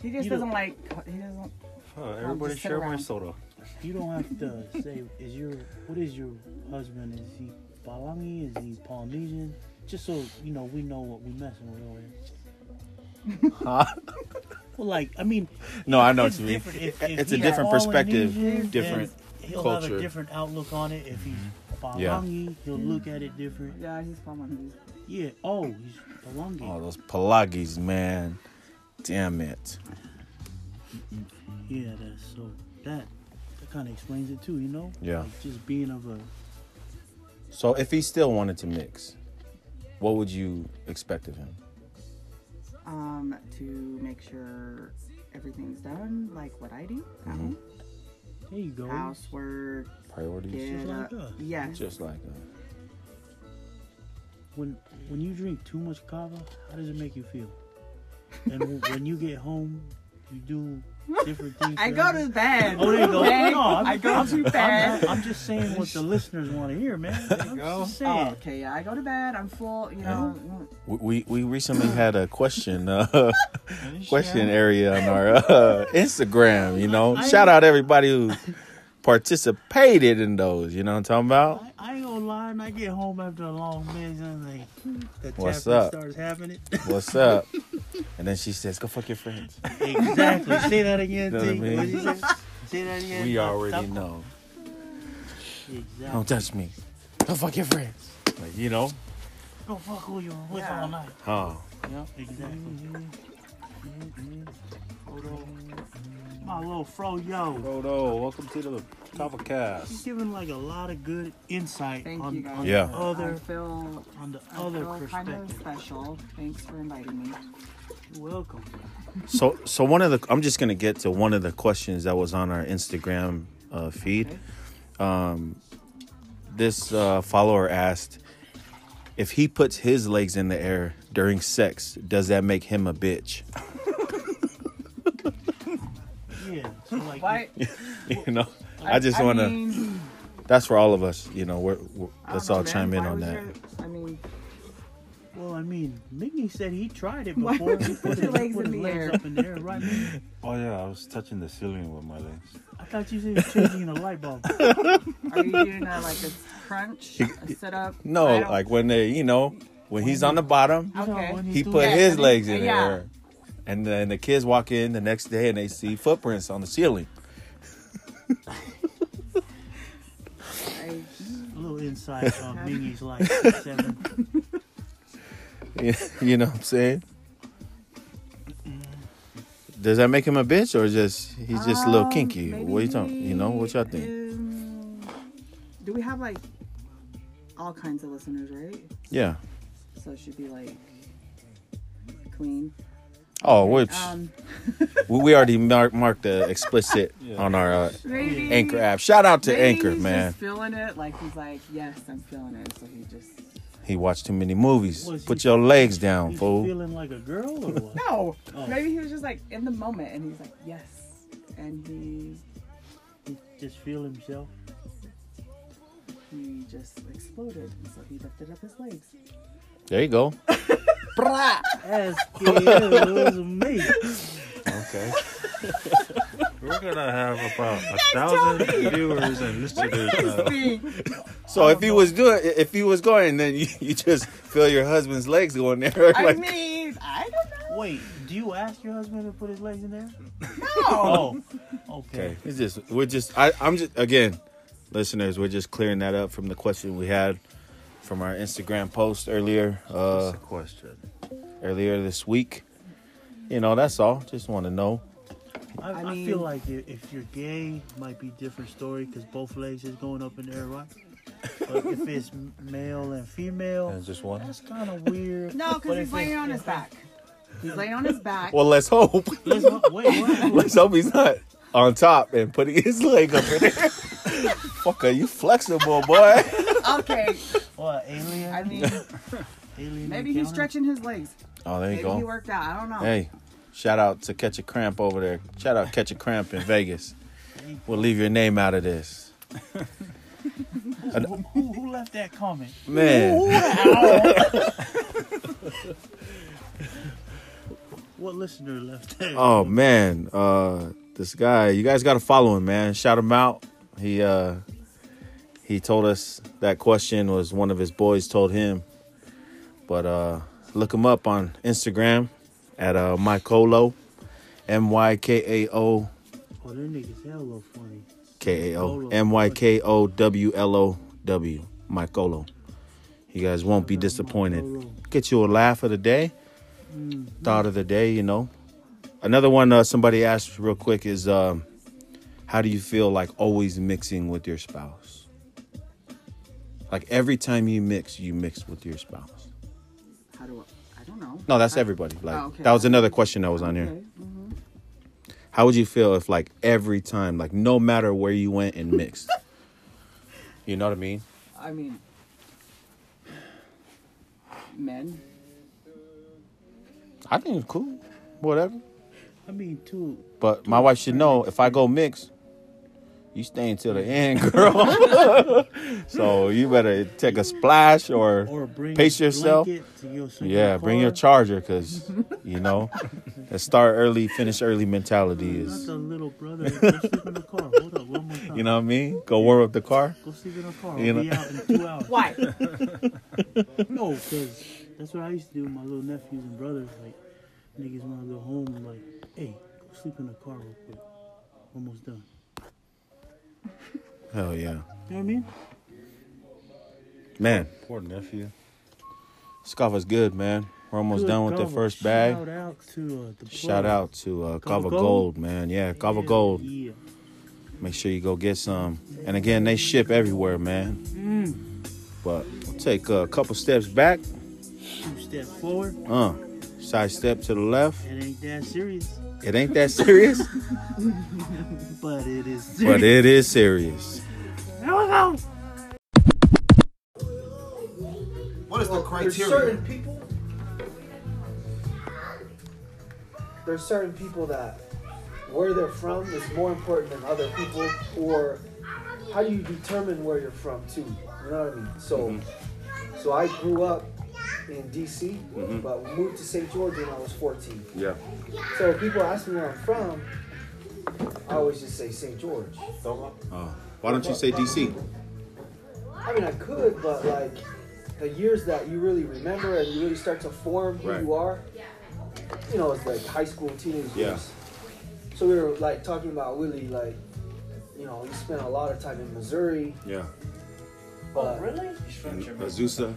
Speaker 5: he just
Speaker 3: you know-
Speaker 5: doesn't like. He doesn't.
Speaker 4: Oh, everybody
Speaker 5: just sit
Speaker 4: share my
Speaker 5: around.
Speaker 4: soda.
Speaker 3: you don't have to say is your what is your husband? Is he Balangi? Is he Polynesian? Just so you know, we know what we messing with over here. well, like I mean,
Speaker 1: No, I know
Speaker 3: it's
Speaker 1: what you mean.
Speaker 3: different. If, if
Speaker 1: It's a
Speaker 3: he's
Speaker 1: different perspective,
Speaker 3: Polynesian,
Speaker 1: different
Speaker 3: then he'll have
Speaker 1: culture. Mm-hmm.
Speaker 3: a different outlook on it. If he's
Speaker 1: Yeah.
Speaker 3: Balangi, he'll look at it different.
Speaker 5: Yeah, he's from.
Speaker 3: Yeah. Oh, he's Balangi.
Speaker 1: Oh, those pelagis, man. Damn it.
Speaker 3: Yeah, that's so that that kind of explains it too, you know.
Speaker 1: Yeah.
Speaker 3: Like just being of a
Speaker 1: So if he still wanted to mix, what would you expect of him?
Speaker 5: um, to make sure everything's done, like what I do.
Speaker 1: Mm-hmm.
Speaker 5: at home.
Speaker 3: there you go.
Speaker 5: Housework,
Speaker 1: Priorities?
Speaker 5: get
Speaker 3: like
Speaker 5: up.
Speaker 3: us.
Speaker 5: Yes.
Speaker 1: Just like uh, that.
Speaker 3: When when you drink too much kava, how does it make you feel? And w- when you get home, you do different things.
Speaker 5: I
Speaker 3: for
Speaker 5: go
Speaker 3: every-
Speaker 5: to bed.
Speaker 3: Oh, there you go.
Speaker 5: okay?
Speaker 3: No, I'm,
Speaker 5: I go
Speaker 3: I'm-
Speaker 5: to
Speaker 3: I'm-
Speaker 5: bed.
Speaker 3: I'm, just saying what the listeners want to hear, man. I'm just
Speaker 5: Oh,
Speaker 3: saying.
Speaker 5: okay, yeah, I go to bed. I'm full, you know. mm,
Speaker 1: We, we, we recently had a question uh, question
Speaker 4: Yeah.
Speaker 1: area on our uh, Instagram, you know.
Speaker 3: I-
Speaker 1: Shout out everybody who participated in those, you know what I'm talking about?
Speaker 3: I, I ain't gonna lie, and I get home after a long mix and like the
Speaker 1: What's
Speaker 3: tapping
Speaker 1: up?
Speaker 3: starts happening.
Speaker 1: What's up? And then she says, "Go fuck your friends."
Speaker 3: exactly. Say that again,
Speaker 1: Know what I
Speaker 3: T.
Speaker 1: mean?
Speaker 3: What'd you say? Say that again.
Speaker 4: We already
Speaker 3: Stop.
Speaker 4: know.
Speaker 3: Exactly.
Speaker 1: Don't touch me. Don't fuck your friends.
Speaker 4: Like, you know?
Speaker 3: Go fuck who you're with
Speaker 5: Yeah.
Speaker 3: all night.
Speaker 1: Huh?
Speaker 3: Exactly. My little fro, yo.
Speaker 4: Frodo, welcome to the Top of
Speaker 3: He's
Speaker 4: Cast.
Speaker 3: giving like a lot of good insight
Speaker 5: Thank
Speaker 3: on,
Speaker 5: you guys.
Speaker 3: on
Speaker 1: Yeah.
Speaker 3: the
Speaker 5: I
Speaker 3: other
Speaker 5: feel,
Speaker 3: on the
Speaker 5: I
Speaker 3: other
Speaker 5: feel kind of
Speaker 3: perspective.
Speaker 5: special. Thanks for inviting me.
Speaker 3: You're Welcome.
Speaker 1: So, so one of the I'm just gonna get to one of the questions that was on our Instagram uh, feed. Um,
Speaker 5: Okay.
Speaker 1: This uh, follower asked if he puts his legs in the air during sex, does that make him a bitch?
Speaker 3: Yeah. So like
Speaker 5: But
Speaker 1: You know, I just wanna.
Speaker 5: mean,
Speaker 1: that's for all of us. You know, we're, we're
Speaker 5: I
Speaker 1: let's
Speaker 5: don't
Speaker 1: all
Speaker 5: know,
Speaker 1: chime
Speaker 5: man.
Speaker 1: in
Speaker 5: Why
Speaker 1: on
Speaker 5: was
Speaker 1: that.
Speaker 5: your- I mean,
Speaker 3: well I mean Mickey said he tried it
Speaker 5: Why
Speaker 3: before.
Speaker 5: would
Speaker 3: He
Speaker 5: you
Speaker 3: put
Speaker 5: put
Speaker 3: his
Speaker 5: your legs
Speaker 3: put
Speaker 5: in
Speaker 3: his
Speaker 5: the
Speaker 3: legs
Speaker 5: air?
Speaker 3: up in the air, right? Mickey?
Speaker 4: Oh, yeah, I was touching the ceiling with my legs.
Speaker 3: I thought you said changing a light bulb.
Speaker 5: are you doing a, like a crunch, a sit up?
Speaker 1: No,
Speaker 5: I don't-
Speaker 1: like when they, you know, when he's on the bottom,
Speaker 3: You know,
Speaker 5: Okay.
Speaker 3: when
Speaker 1: he
Speaker 3: do
Speaker 1: put
Speaker 5: Yeah,
Speaker 3: that-
Speaker 1: his
Speaker 5: and he-
Speaker 1: legs in the
Speaker 5: yeah.
Speaker 1: air, and then the kids walk in the next day and they see footprints on the ceiling.
Speaker 5: I,
Speaker 3: a little insight on Mingy's life. Seven.
Speaker 1: you know what I'm saying? Does that make him a bitch or just he's just a little
Speaker 5: Um,
Speaker 1: kinky? What you
Speaker 5: maybe
Speaker 1: talking? You know what y'all think?
Speaker 5: um, do we have like all kinds of listeners, right?
Speaker 1: Yeah.
Speaker 5: So it should be like clean.
Speaker 1: Oh, which
Speaker 5: Um,
Speaker 1: we we already mark, marked the explicit
Speaker 4: Yeah.
Speaker 1: on our uh,
Speaker 5: maybe
Speaker 1: Anchor app. Shout out to
Speaker 5: maybe
Speaker 1: Anchor,
Speaker 5: he's
Speaker 1: man.
Speaker 5: Just feeling it, like he's like, yes, I'm feeling it. So he just
Speaker 1: He watched too many movies.
Speaker 3: Was
Speaker 1: Put
Speaker 3: he-
Speaker 1: your legs down,
Speaker 3: He's
Speaker 1: fool.
Speaker 3: feeling like a girl or what?
Speaker 5: no.
Speaker 3: Oh.
Speaker 5: Maybe he was just like in the moment, and he's like, yes, and he
Speaker 3: He just feel himself.
Speaker 5: he just exploded, and so he lifted up his legs.
Speaker 1: There you go.
Speaker 3: Ask it was me.
Speaker 4: Okay. We're gonna have about a thousand viewers and listeners now.
Speaker 1: So if he was doing, if he was going, then you, you just feel your husband's legs going there.
Speaker 5: I
Speaker 1: like,
Speaker 5: mean, I don't know.
Speaker 3: Wait, do you ask your husband to put his legs in there?
Speaker 5: No.
Speaker 3: Oh, okay.
Speaker 1: okay, it's just we're just I, I'm just again, listeners, we're just clearing that up from the question we had from our Instagram post earlier uh,
Speaker 4: That's a question.
Speaker 1: earlier this week. You know, that's all. Just want to know.
Speaker 3: I, I,
Speaker 5: I mean-
Speaker 3: feel like i- if you're gay, might be different story because both legs is going up in there, right? But if it's m- male and female,
Speaker 4: And just one.
Speaker 3: that's kind of weird.
Speaker 5: No,
Speaker 3: But
Speaker 5: because he's
Speaker 3: if
Speaker 5: laying
Speaker 3: it's-
Speaker 5: on his
Speaker 3: if it's-
Speaker 5: back. He's laying on his back.
Speaker 1: Well, let's hope.
Speaker 3: Let's not- wait, what?
Speaker 1: let's hope he's not on top and putting his leg up in there. Fucker, you flexible boy.
Speaker 5: okay.
Speaker 3: What, alien?
Speaker 5: I mean,
Speaker 3: alien
Speaker 5: maybe he's
Speaker 3: encounter?
Speaker 5: stretching his legs.
Speaker 1: Oh, there you
Speaker 5: Maybe
Speaker 1: go.
Speaker 5: he worked out. I don't know.
Speaker 1: Hey, shout out to Catch a Cramp over there. Shout out Catch a Cramp in Vegas. We'll leave your name out of this.
Speaker 3: Who, who- who left that comment?
Speaker 1: Man,
Speaker 3: What listener left that?
Speaker 1: oh man, uh, this guy. You guys gotta follow him, man. Shout him out. He uh, he told us that question was one of his boys told him. But uh, look him up on Instagram at uh, Mycolo, M Y K A O
Speaker 3: Oh, them niggas hella funny.
Speaker 1: K A O
Speaker 3: Mycolo.
Speaker 1: M Y K O W L O W Mycolo. You guys won't be disappointed. Get you a laugh of the day,
Speaker 5: Mm-hmm.
Speaker 1: thought of the day. You know, another one uh, somebody asked real quick is, um, how do you feel like always mixing with your spouse? Like every time you mix, you mix with your spouse.
Speaker 5: How do I? I don't know.
Speaker 1: No, that's everybody. Like
Speaker 5: Oh, okay.
Speaker 1: that was another question that was on here.
Speaker 5: Okay. mhm.
Speaker 1: How would you feel if like every time, like no matter where you went and mixed? you know what I mean?
Speaker 5: I mean, men.
Speaker 1: I think it's cool. Whatever.
Speaker 3: I mean, too.
Speaker 1: But my wife should know if I go mix, you stay until the end, girl. so you better take a splash or,
Speaker 3: Or bring
Speaker 1: pace
Speaker 3: a
Speaker 1: yourself.
Speaker 3: blanket To your so
Speaker 1: Yeah, bring your
Speaker 3: car.
Speaker 1: charger because, you know, the start early, finish early mentality
Speaker 3: Not
Speaker 1: is,
Speaker 3: the little brother. Go sleep in the car. Hold up, one more time.
Speaker 1: you know what I mean? Go warm up the car.
Speaker 3: Go sleep in the car.
Speaker 1: You
Speaker 3: I'll be
Speaker 1: know-
Speaker 3: out in two hours.
Speaker 5: Why?
Speaker 3: No, because that's what I used to do with my little nephews and brothers. Like, niggas want to go home and, like, hey, go sleep in the car real quick. Almost done.
Speaker 1: Hell yeah.
Speaker 3: You know what I mean?
Speaker 1: Man,
Speaker 4: Poor nephew.
Speaker 1: Scava's good, man. We're almost
Speaker 3: Good
Speaker 1: done with the
Speaker 3: God,
Speaker 1: first bag.
Speaker 3: Shout out to uh, the
Speaker 1: Shout
Speaker 3: plug.
Speaker 1: out to uh, Gava
Speaker 3: Gava
Speaker 1: Gold?
Speaker 3: Gold?
Speaker 1: man. Yeah, Gava
Speaker 3: Yeah,
Speaker 1: Gold.
Speaker 3: Yeah.
Speaker 1: Make sure you go get some. And again, they ship everywhere, man.
Speaker 6: Mm.
Speaker 1: But we'll take a couple steps back,
Speaker 3: Two step forward.
Speaker 1: uh, side step to the left.
Speaker 3: It ain't that serious,
Speaker 1: It ain't that serious,
Speaker 3: but it is serious.
Speaker 1: but it is serious.
Speaker 7: What is the
Speaker 6: There's
Speaker 7: criteria?
Speaker 6: certain people. There's certain people that where they're from is more important than other people, or how do you determine where you're from too? You know what I mean? So, so I grew up in D.C., but moved to St. George when I was 14.
Speaker 1: Yeah.
Speaker 6: So if people ask me where I'm from. I always just say St. George.
Speaker 1: Uh, Why don't you say DC?
Speaker 6: I mean, I could, but like the years that you really remember and you really start to form who
Speaker 1: Right.
Speaker 6: you are, you know, it's like high school, teenage
Speaker 1: Yeah.
Speaker 6: years. So we were like talking about Willie, like, you know, he spent a lot of time in Missouri,
Speaker 1: Yeah.
Speaker 6: but
Speaker 3: Really?
Speaker 1: Azusa,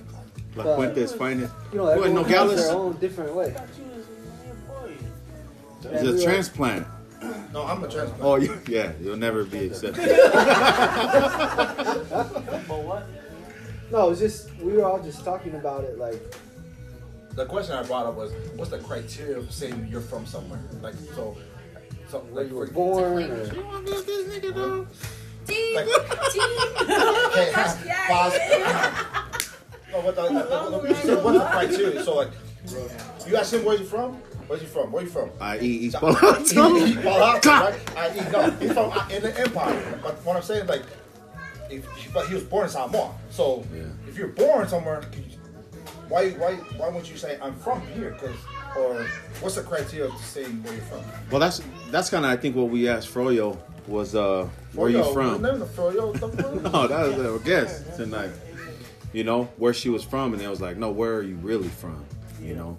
Speaker 1: La
Speaker 6: But- Fuente's
Speaker 1: finest.
Speaker 6: you know,
Speaker 1: What,
Speaker 6: everyone has
Speaker 1: Nogales?
Speaker 6: their own different way. And we were-
Speaker 1: transplant.
Speaker 7: No, I'm a transplant.
Speaker 1: Oh, yeah, you'll never be accepted.
Speaker 6: No, it was just we were all just talking about it, like,
Speaker 7: The question I brought up was, what's the criteria of saying you're from somewhere? Like, so, so
Speaker 6: where
Speaker 7: like,
Speaker 6: you were
Speaker 7: for-
Speaker 6: born. Or,
Speaker 7: like, can't have pos- No, but the, the, the, the, you said what's the criteria? So, like, you ask him where you from? Where's you from? Where you from?
Speaker 1: I E, eat
Speaker 7: Well, out, right? I, he, no, he's from uh, in the empire. But what I'm saying, like, if but he was born in Samoa, so
Speaker 1: Yeah.
Speaker 7: if you're born somewhere, Why why why wouldn't you say I'm from here? 'Cause- or what's the criteria of saying where you're from?
Speaker 1: Well, that's that's kind of I think what we asked Froyo was uh, where you
Speaker 7: Froyo,
Speaker 1: from?
Speaker 7: Name the Froyo, the Froyo.
Speaker 1: No, that was a guess tonight. You know where she was from, and it was like, no, where are you really from? You know,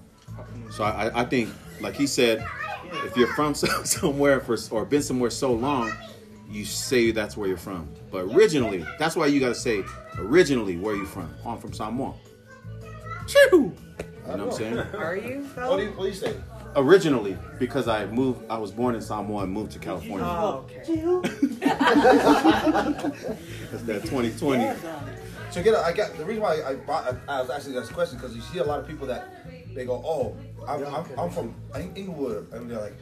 Speaker 1: so I, I- I think, like he said, if you're from some- somewhere for or been somewhere so long, you say that's where you're from. But originally, that's why you gotta say originally where you from. Oh, I'm from Samoa. Chew! You know what I'm saying?
Speaker 8: Are you?
Speaker 7: What
Speaker 8: Though?
Speaker 7: do you what do you say?
Speaker 1: Originally, because I moved, I was born in Samoa and moved to California.
Speaker 8: Oh, okay.
Speaker 1: That's that 2020.
Speaker 7: So get a, I got the reason why I bought, I, I was asking this question because you see a lot of people that they go, oh, I'm, I'm, I'm from Eng- Inglewood, and they're like,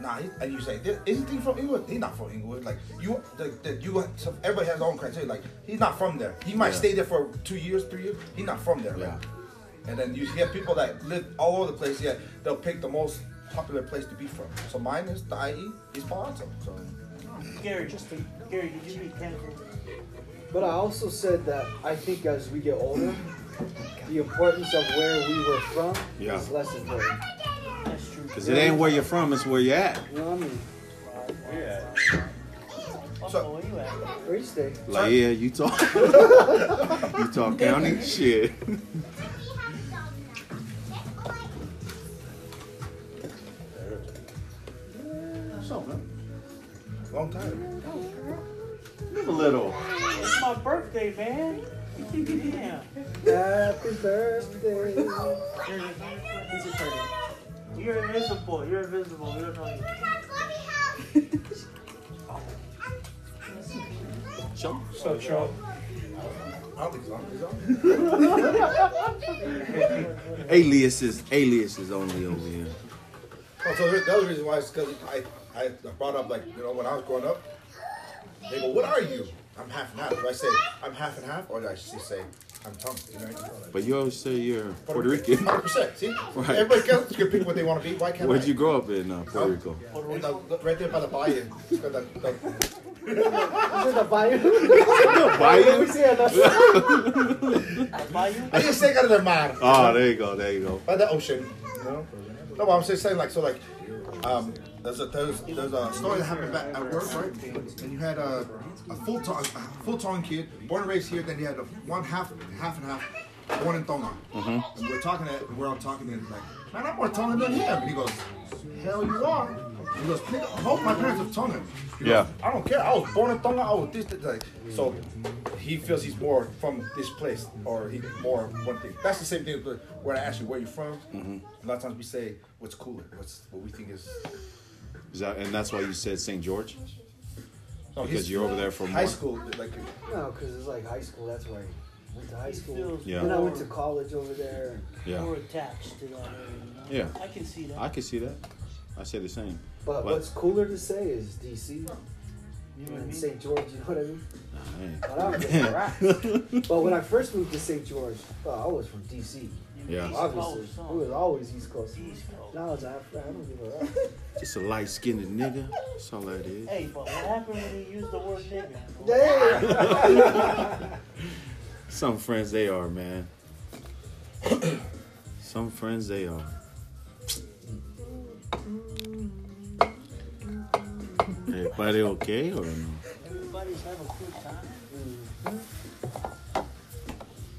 Speaker 7: nah, he- and you say, "There- isn't he from Inglewood? He's not from Inglewood. Like you, like the, you, so everybody has their own criteria. Like he's not from there. He might
Speaker 1: Yeah.
Speaker 7: stay there for two years, three years. He's not from there.
Speaker 1: Yeah.
Speaker 7: Like, and then you hear people that live all over the place. Yet they'll pick the most popular place to be from. So mine is the IE East Palo Alto. So
Speaker 3: Gary, just Gary, did you meet Kendall?
Speaker 6: But I also said that I think as we get older, the importance of where we were from
Speaker 1: Yeah.
Speaker 6: is less important.
Speaker 3: That's true.
Speaker 1: Because it ain't where you're from, it's where you're at.
Speaker 6: You know what I mean?
Speaker 3: Also, where you at?
Speaker 6: Where you stay?
Speaker 1: Like, yeah, Utah. Utah County? Shit.
Speaker 7: long time.
Speaker 1: Live a little.
Speaker 3: It's my birthday, man. Yeah.
Speaker 6: Happy birthday.
Speaker 3: He's a turtle. You're invisible. You're invisible. We don't know you.
Speaker 4: So Joe,
Speaker 7: I don't think so. I don't think so.
Speaker 1: Aliases, aliases only over here.
Speaker 7: Oh, so the other reason why is because I, I brought up like you know when I was growing up, they go, "What are you?" I'm half and half. Do I say I'm half and half, or do I just say I'm tongue? You know, like,
Speaker 1: But you always say you're Puerto Rican.
Speaker 7: Hundred percent. See,
Speaker 1: Right.
Speaker 7: everybody else can pick what they want to be. Why can't
Speaker 1: Where'd
Speaker 7: I?
Speaker 1: you grow up in uh, Puerto Rico?
Speaker 7: In the- right there by the buy-in. It's got that- that-
Speaker 6: Is it the bayou? we
Speaker 1: Bayou?
Speaker 6: say enough.
Speaker 3: Bayou?
Speaker 7: I just say out of their mind.
Speaker 1: Oh, there you go, there you go.
Speaker 7: by the ocean. You know? No, but I'm just saying like so like um there's a there's, there's a story that happened back at work, right? And you had a a full time full time kid, born and raised here, then you had a one half half and half born in Tonga. And we're talking at we're all talking and like, man, I'm more Tongan than him. And he goes, Hell you are. He goes, "Nigga, both my parents are Tongan. He goes,
Speaker 1: Yeah.
Speaker 7: I don't care. I was born in Tonga. I was this, that, like, so he feels he's more from this place or he more one thing. That's the same thing with when I ask you where you're from.
Speaker 1: Mm-hmm.
Speaker 7: A lot of times we say what's cooler, what's what we think is.
Speaker 1: Is that, and that's why you said St. George?
Speaker 7: No,
Speaker 1: Because
Speaker 7: he's-
Speaker 1: you're over there for
Speaker 7: high
Speaker 1: more.
Speaker 7: school, like
Speaker 6: No, because it's like high school. That's why I went to high school.
Speaker 1: Yeah.
Speaker 6: Then I went to college over there.
Speaker 1: Yeah.
Speaker 3: More attached to that area. You know?
Speaker 1: Yeah.
Speaker 3: I can see that.
Speaker 1: I can see that. I say the same.
Speaker 6: But
Speaker 1: What?
Speaker 6: what's cooler to say is DC
Speaker 3: you know what I
Speaker 6: and
Speaker 3: mean?
Speaker 6: St. George. You know what I mean?
Speaker 1: Hey.
Speaker 6: But, I was a brat. But when I first moved to St. George, oh, I was from DC.
Speaker 1: Yeah.
Speaker 3: East
Speaker 6: Obviously,
Speaker 3: Coast,
Speaker 6: it was
Speaker 3: huh?
Speaker 6: always East Coast.
Speaker 3: East Coast.
Speaker 6: Now it's Africa. I don't give a rap.
Speaker 1: Just a light skinned nigga. That's all that is.
Speaker 3: Hey, but what happened when you used the word nigga?
Speaker 6: Damn.
Speaker 1: Some friends they are, man. Some friends they are. Everybody okay or no?
Speaker 3: Everybody's having a good time.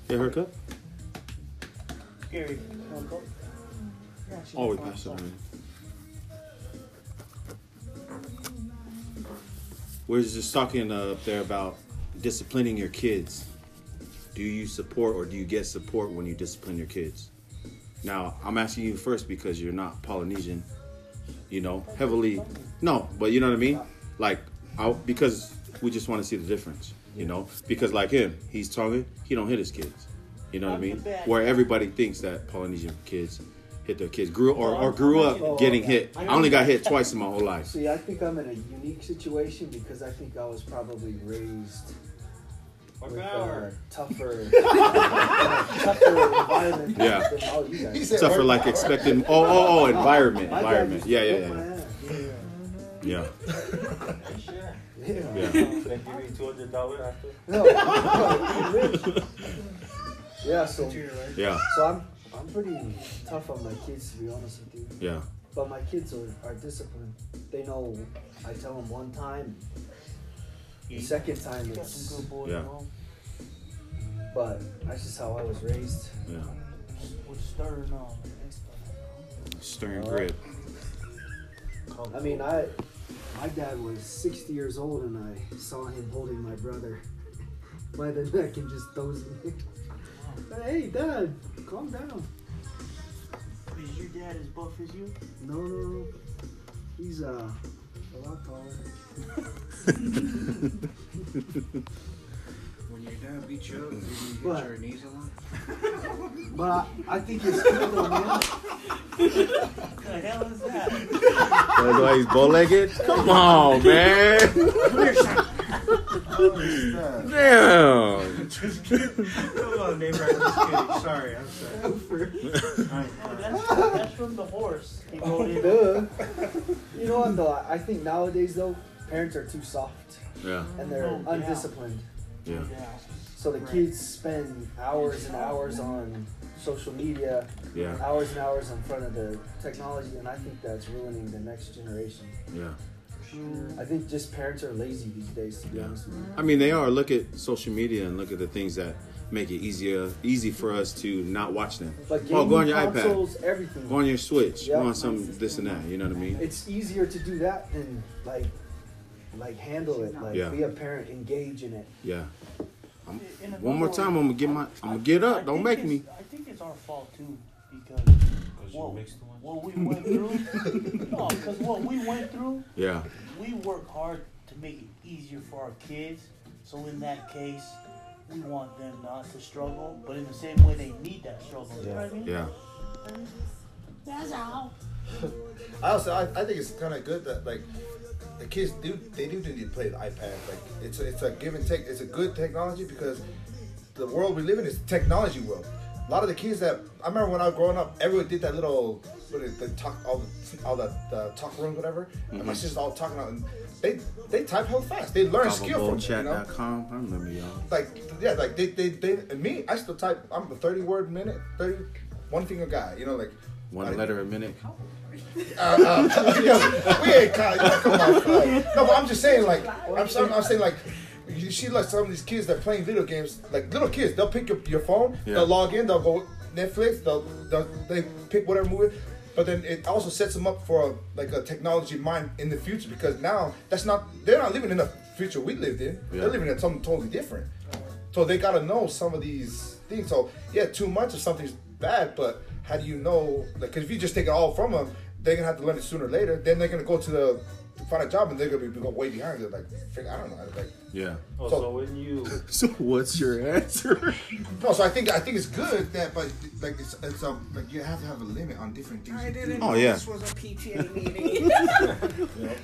Speaker 1: They haircut?
Speaker 3: Gary, you wanna go?
Speaker 1: Oh, we passed it already. We We're just talking uh, up there about disciplining your kids. Do you support or do you get support when you discipline your kids? Now, I'm asking you first because you're not Polynesian, you know, heavily. No, but you know what I mean? Like, I, because we just want to see the difference, you know? Because, like him, he's Tongan, he don't hit his kids. You know what I
Speaker 3: I'm the
Speaker 1: mean?
Speaker 3: bad
Speaker 1: Where everybody thinks that Polynesian kids hit their kids, grew or,
Speaker 3: I'm
Speaker 1: or grew
Speaker 3: Polynesian.
Speaker 1: up getting hit. I only got hit twice in my whole life.
Speaker 6: See, I think I'm in a unique situation because I think I was probably raised with a tougher, tougher environment
Speaker 1: Yeah.
Speaker 6: than all you
Speaker 7: he
Speaker 6: guys.
Speaker 7: said,
Speaker 1: Suffer
Speaker 7: "Word
Speaker 1: like
Speaker 7: power."
Speaker 1: expected. Oh, oh, oh, environment,
Speaker 6: My dad
Speaker 1: environment.
Speaker 6: used to
Speaker 1: Yeah,
Speaker 6: whip
Speaker 1: yeah, yeah,
Speaker 6: my ass. Yeah.
Speaker 1: yeah, yeah.
Speaker 4: they give you two hundred dollars after.
Speaker 6: No, no, you rich. Yeah, so
Speaker 9: Yeah,
Speaker 6: so I'm I'm pretty tough on my kids to be honest with you.
Speaker 9: yeah.
Speaker 6: But my kids are, are disciplined. They know I tell them one time. The second time
Speaker 3: Got
Speaker 6: it's
Speaker 3: some good boys
Speaker 9: Yeah.
Speaker 3: at home.
Speaker 6: but that's just how I was raised.
Speaker 9: Yeah.
Speaker 3: With um, stirring on.
Speaker 9: Stern
Speaker 6: Oh.
Speaker 9: grip.
Speaker 6: I mean, I my dad was 60 years old, and I saw him holding my brother by the neck and just dozing. hey, Dad, calm down.
Speaker 3: Is your dad as buff as you?
Speaker 6: No, no, no. He's uh, a lot taller.
Speaker 10: When your dad beat you up, did you get
Speaker 6: What?
Speaker 10: your knees a lot?
Speaker 6: But I, I think it's cool though, man.
Speaker 3: The hell is that?
Speaker 1: That's why he's bow legged? Come on, man. Damn.
Speaker 10: Come on, neighbor. I'm just kidding. Sorry, I'm sorry.
Speaker 3: Oh, that's, that's from the horse. He rode in.
Speaker 6: Duh. You know what though? I think nowadays though, parents are too soft
Speaker 9: Yeah,
Speaker 6: and they're
Speaker 3: Oh, yeah.
Speaker 6: undisciplined.
Speaker 9: yeah.
Speaker 3: Yeah.
Speaker 6: So the
Speaker 3: Right.
Speaker 6: kids spend hours and hours on social media,
Speaker 9: Yeah.
Speaker 6: hours and hours in front of the technology, and I think that's ruining the next generation.
Speaker 9: Yeah.
Speaker 6: I think just parents are lazy these days, to be honest with you.
Speaker 1: I mean, they are. Look at social media and look at the things that make it easier, easy for us to not watch them.
Speaker 10: Mm-hmm.
Speaker 6: But gaming
Speaker 1: oh, go on your
Speaker 6: consoles, everything.
Speaker 1: iPad. Go on your Switch.
Speaker 6: Yeah.
Speaker 1: Go on some this and that. You know what I mean?
Speaker 6: it's easier to do that than like, like handle it, like
Speaker 1: Yeah.
Speaker 6: be a parent, engage in it.
Speaker 1: Yeah.
Speaker 3: In a
Speaker 1: One more
Speaker 3: couple
Speaker 1: time, I'm gonna get my. I'm gonna get
Speaker 3: I
Speaker 1: up. Don't
Speaker 3: think
Speaker 1: make
Speaker 3: it's-
Speaker 1: me.
Speaker 3: I think it's our fault too because
Speaker 4: Because you
Speaker 3: Whoa.
Speaker 4: mixed the ones.
Speaker 3: what we went through. no, because what we went through,
Speaker 1: Yeah.
Speaker 3: we work hard to make it easier for our kids. So in that case, we want them not to struggle, but in the same way, they need that struggle. You know what I mean?
Speaker 1: Yeah.
Speaker 7: I also I, I think it's kind of good that like the kids do they do need to play the iPad. Like it's a, it's a give and take. It's a good technology because the world we live in is technology world. A lot of the kids that I remember when I was growing up, everyone did that little what is the talk all the all the, the talk rooms whatever. And
Speaker 1: Mm-hmm.
Speaker 7: my sisters all talking out and they they type hell fast. They learn skill from it, you know
Speaker 1: Chat.com. I remember y'all.
Speaker 7: like yeah, like they they they and me, I still type. I'm a thirty word minute, thirty one finger guy. You know, like
Speaker 1: One letter a minute.
Speaker 7: yeah, we ain't kind. come on, Kyle. No, but I'm just saying like I'm saying, I'm saying like. You see, like some of these kids that playing video games, like little kids, they'll pick up your phone,
Speaker 1: Yeah.
Speaker 7: they'll log in, they'll go Netflix, they'll, they'll they pick whatever movie, but then it also sets them up for like a technology mind in the future because now that's not they're not living in the future we lived in,
Speaker 1: Yeah.
Speaker 7: they're living in something totally different. So they gotta know some of these things. So yeah, too much of something's bad, but how do you know? Like, cause if you just take it all from them, they're gonna have to learn it sooner or later. Then they're gonna go to the to find a job and they're gonna be go way behind. They're like, "Frick, I don't know. Like,
Speaker 1: Yeah.
Speaker 4: Oh,
Speaker 7: So-
Speaker 4: so when you
Speaker 1: So what's your answer?
Speaker 7: no. So I think I think it's good that, but like it's it's um like you have to have a limit on different things.
Speaker 10: I didn't
Speaker 1: Oh,
Speaker 10: know
Speaker 1: yeah.
Speaker 10: this was a PTA meeting.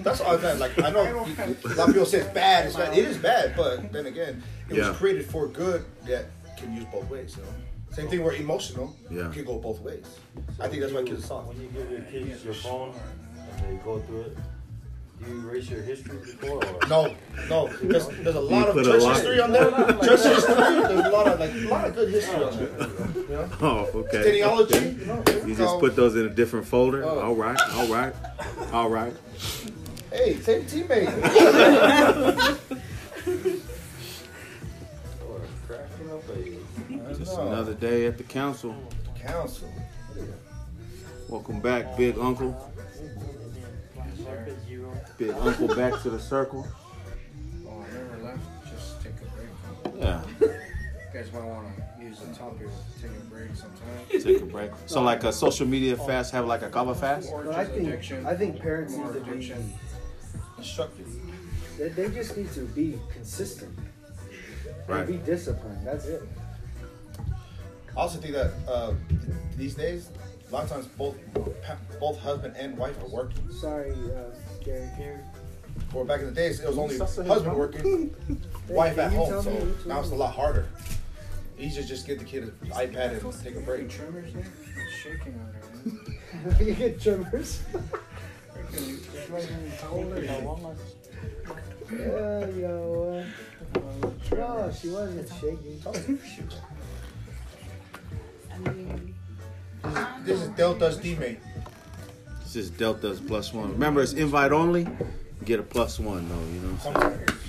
Speaker 7: That's all that. Like I know a lot of people say it's bad. It's bad. It is bad, but then again, it
Speaker 1: Yeah.
Speaker 7: was created for good that can use both ways. You know, same thing. We're emotional.
Speaker 1: Yeah.
Speaker 7: can go both ways. I think that's why kids are soft.
Speaker 4: When you give your kids your phone and they go through it, do you erase your history before? Or?
Speaker 7: No, no. There's, there's a lot of
Speaker 1: put a
Speaker 7: church
Speaker 1: lot-
Speaker 7: history on there. church history. There's a lot of like a lot of good history on there. You know?
Speaker 1: Oh, okay.
Speaker 7: Genealogy. You, know?
Speaker 1: You
Speaker 7: So,
Speaker 1: just put those in a different folder.
Speaker 7: Oh.
Speaker 1: All right. All right. All right.
Speaker 7: Hey, same teammate.
Speaker 4: Or cracking up at you.
Speaker 1: Just
Speaker 7: No.
Speaker 1: another day at the council.
Speaker 7: Council.
Speaker 1: Welcome back, Big Uncle. Big Uncle back to the circle.
Speaker 10: oh, I never left. Just take a break.
Speaker 1: Yeah.
Speaker 10: You guys might want to use the top here to take a break sometime.
Speaker 1: Take a break. So like a social media fast, have like a kava fast.
Speaker 10: Or
Speaker 6: But
Speaker 10: just
Speaker 6: I think
Speaker 10: addiction.
Speaker 6: I think parents need
Speaker 10: More
Speaker 6: to be
Speaker 10: addiction.
Speaker 7: Instructive.
Speaker 6: they, they just need to be consistent.
Speaker 1: Right.
Speaker 6: And be disciplined. That's it.
Speaker 7: I also think that uh, these days, a lot of times both pa- both husband and wife are working.
Speaker 6: Sorry, uh, Gary.
Speaker 7: Or back in the days, it was only husband working, wife at
Speaker 6: Can you
Speaker 7: home.
Speaker 6: tell me
Speaker 7: So
Speaker 6: which
Speaker 7: now
Speaker 6: one?
Speaker 7: it's a lot harder. Easier to just get the kid an iPad and take a break.
Speaker 10: Trimmers there? It's shaking on there. man.
Speaker 6: you get trimmers.
Speaker 10: Freaking- It's like in the towel there.
Speaker 6: Yeah, oh, yo. Uh, no, she wasn't shaking.
Speaker 7: this is Delta's teammate.
Speaker 1: This is Delta's plus one. Remember, it's invite only. Get a plus one though. You know what I'm saying?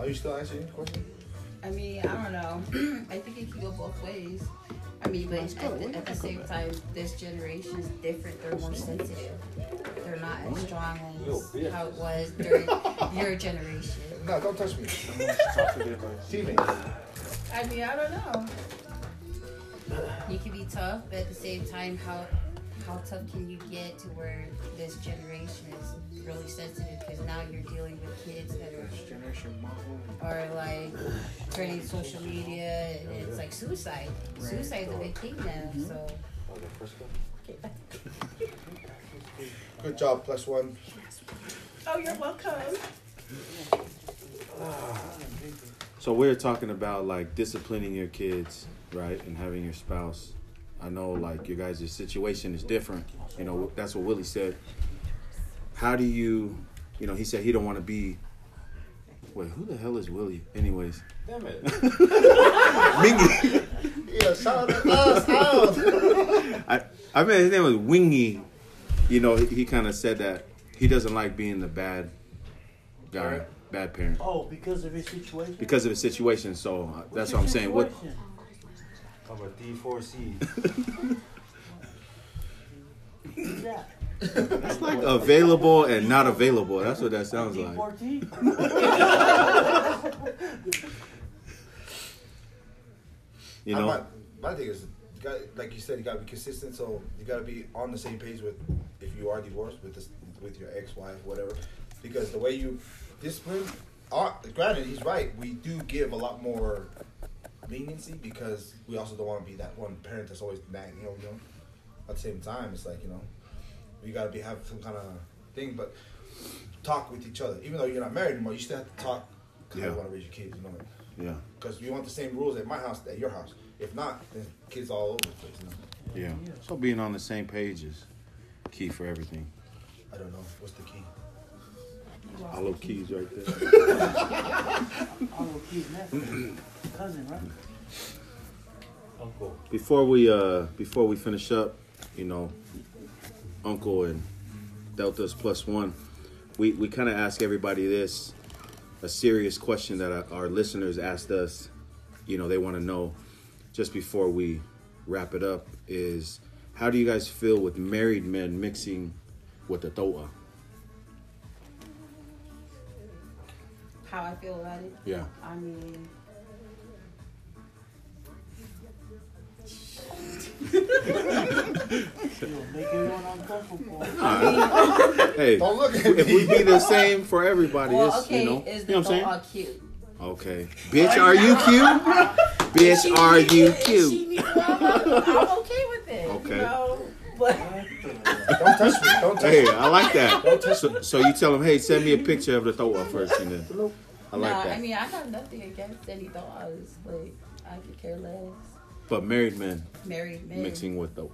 Speaker 7: Are you still answering the question?
Speaker 11: I mean, I don't know. I think it can go both ways. I mean, but at, the, at the same time, this generation is different. They're more sensitive. They're not as strong as how it was during your generation.
Speaker 7: No, don't touch me. teammate.
Speaker 11: I mean, I don't know. You can be tough, but at the same time, how how tough can you get to where this generation is really sensitive? Because now you're dealing with kids that are are like turning social media. and It's like suicide. Suicide's a big thing
Speaker 1: Mm-hmm.
Speaker 11: now. So
Speaker 7: Good job, plus one.
Speaker 11: oh, you're welcome.
Speaker 1: So we're talking about like disciplining your kids, right, and having your spouse. I know like your guys' situation is different. You know that's what Willie said. How do you, you know, he said he don't want to be. Wait, who the hell is Willie? Anyways,
Speaker 12: Damn it.
Speaker 1: Mingy.
Speaker 7: Yeah, shout out to us out.
Speaker 1: I I mean his name was Wingy. You know he, he kind of said that he doesn't like being the bad guy, bad parent
Speaker 3: Oh, because of his situation.
Speaker 1: because of his situation. So uh, that's what I'm saying. What
Speaker 4: How about D4C?
Speaker 3: Yeah.
Speaker 1: It's like available and not available. That's what that sounds like.
Speaker 3: D14?
Speaker 1: You know,
Speaker 7: my, my thing is, you got, like you said, you gotta be consistent. So you gotta be on the same page with if you are divorced with this with your ex wife, whatever. Because the way you discipline, uh, granted, he's right. We do give a lot more leniency because we also don't want to be that one parent that's always nagging. You know, you know. At the same time, it's like you know, we gotta be have some kind of thing, but talk with each other. Even though you're not married anymore, you still have to talk. Cause
Speaker 1: Yeah.
Speaker 7: you want to raise your kids, you know.
Speaker 1: yeah,
Speaker 7: Because we want the same rules at my house, at your house. If not, then kids all over the place. You know?
Speaker 1: yeah. So being on the same page is key for everything.
Speaker 7: I don't know. What's the key?
Speaker 1: Hollow keys right there.
Speaker 3: Oh, he's nephew. Cousin, right?
Speaker 4: Uncle.
Speaker 1: Before we uh before we finish up, you know, Uncle and Delta's plus one. We we kind of ask everybody this a serious question that our- our listeners asked us. You know, they want to know just before we wrap it up is how do you guys feel with married men mixing with the Tota? toa?
Speaker 11: How I feel about it.
Speaker 1: Yeah.
Speaker 11: I mean.
Speaker 3: It'll make everyone uncomfortable.
Speaker 1: Hey,
Speaker 7: Don't look at
Speaker 1: if we
Speaker 7: me.
Speaker 1: be the same for everybody,
Speaker 11: Well,
Speaker 1: it's,
Speaker 11: okay,
Speaker 1: you know,
Speaker 11: is
Speaker 1: you know what I'm saying?
Speaker 11: all cute?
Speaker 1: Okay. Bitch, are you cute? Bitch, are you
Speaker 11: She
Speaker 1: cute?
Speaker 11: needs love. I'm, I'm okay with it.
Speaker 1: Okay.
Speaker 11: You know? But
Speaker 7: Don't touch me. Don't touch
Speaker 1: Hey, I like that. So, so you tell them, hey, send me a picture of the throw up first, and then I like
Speaker 11: no,
Speaker 1: that.
Speaker 11: I mean, I have nothing against any dogs. Like, I could care less.
Speaker 1: but married men
Speaker 11: Married men.
Speaker 1: mixing with the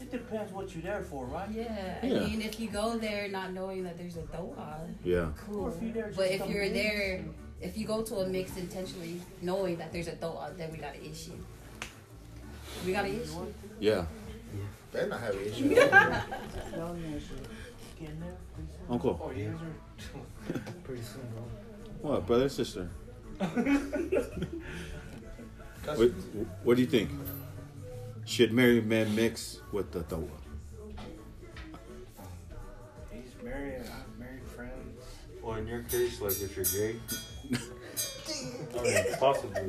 Speaker 3: It depends what you're there for, right?
Speaker 11: Yeah, I
Speaker 1: Yeah.
Speaker 11: mean, if you go there not knowing that there's a doa,
Speaker 1: yeah,
Speaker 11: cool.
Speaker 3: if you're there
Speaker 11: but
Speaker 3: just
Speaker 11: if
Speaker 3: to
Speaker 11: you're
Speaker 3: mix.
Speaker 11: there, if you go to a mix intentionally knowing that there's a doa, then we got an issue. We got an issue.
Speaker 1: yeah.
Speaker 7: They're not having issues.
Speaker 3: Y'all know shit. Getting there? pretty soon.
Speaker 1: Uncle,
Speaker 6: Pretty soon, bro.
Speaker 1: what brother, sister?
Speaker 7: That's-
Speaker 1: What, what do you think? Should married men mix with the throw up?
Speaker 6: He's married. I've married friends.
Speaker 4: Well, in your case, like if you're gay. I mean, possibly.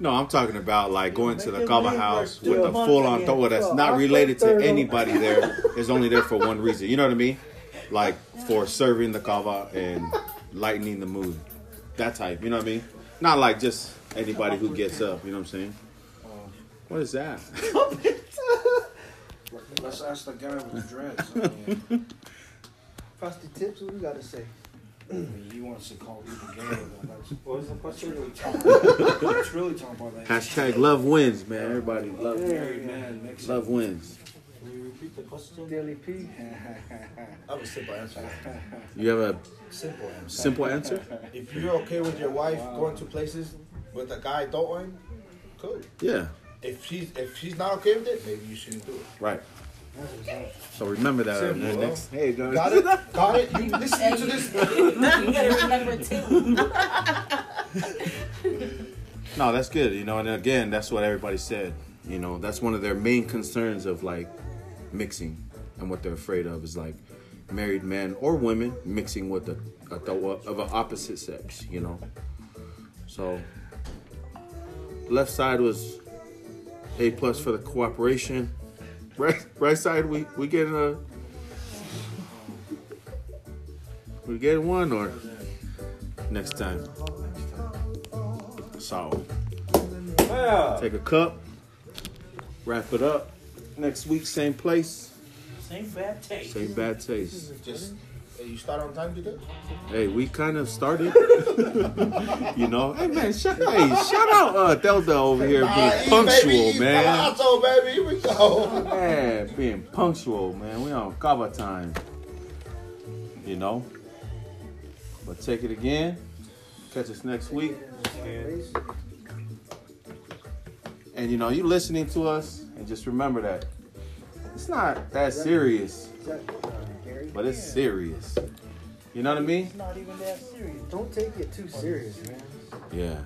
Speaker 1: No, I'm talking about like going to the
Speaker 3: Make it
Speaker 1: Kaba
Speaker 3: live
Speaker 1: house
Speaker 3: like
Speaker 1: with
Speaker 3: two
Speaker 1: a
Speaker 3: months
Speaker 1: full on
Speaker 3: again.
Speaker 1: thrower that's
Speaker 13: So,
Speaker 1: not
Speaker 13: I'll
Speaker 1: related
Speaker 13: put
Speaker 1: to
Speaker 13: third on.
Speaker 1: anybody there. It's only there for one reason. You know what I mean? Like for serving the Kaba and lightening the mood. That type. You know what I mean? Not like just anybody who gets up. You know what I'm saying? What is that?
Speaker 6: Let's ask the guy with the dreads. I mean,
Speaker 13: Frosty tips, what we gotta say?
Speaker 6: he wants to call me the gay. but That's,
Speaker 4: What was the question?
Speaker 6: really talking about. Let's really talk about that.
Speaker 1: Hashtag love wins, man. Everybody love
Speaker 6: Married man makes
Speaker 1: love wins.
Speaker 4: Can you repeat the question?
Speaker 13: Daily P.
Speaker 7: I would simple answer. that.
Speaker 1: You have a
Speaker 7: Simple answer.
Speaker 1: simple answer?
Speaker 7: If you're okay with your wife going to places with a guy, don't cool.
Speaker 1: Yeah.
Speaker 7: If she's if she's not okay with it, maybe you shouldn't do it.
Speaker 1: Right. So remember that.
Speaker 7: Simple,
Speaker 1: man.
Speaker 7: bro.
Speaker 1: Next, hey, guys.
Speaker 7: Got it? Got it? You listen to this.
Speaker 11: remember too.
Speaker 1: No, that's good. You know, and again, that's what everybody said. You know, that's one of their main concerns of like mixing and what they're afraid of is like married men or women mixing with a, a th- of an opposite sex. You know, so left side was a plus for the cooperation. Right, right side we we get a we get one or next time. So take a cup, wrap it up. Next week, same place,
Speaker 3: Same bad taste.
Speaker 1: same bad taste.
Speaker 7: Just hey, you start on time, you good?
Speaker 1: Hey, we kind of started. you know, hey man, shout, hey, shout out uh, Delta over here
Speaker 7: Ah,
Speaker 1: being
Speaker 7: eat,
Speaker 1: punctual,
Speaker 7: baby, eat
Speaker 1: man.
Speaker 7: palazzo, baby. Here we go.
Speaker 1: Yeah, being punctual, man. We on cover time. You know. But take it again. Catch us next week. And you know, you listening to us, and just remember that it's not that serious,
Speaker 6: Is that, uh, Gary?
Speaker 1: but it's serious. You know what I mean?
Speaker 3: It's not even that serious.
Speaker 6: Don't take it too serious, man.
Speaker 1: Yeah.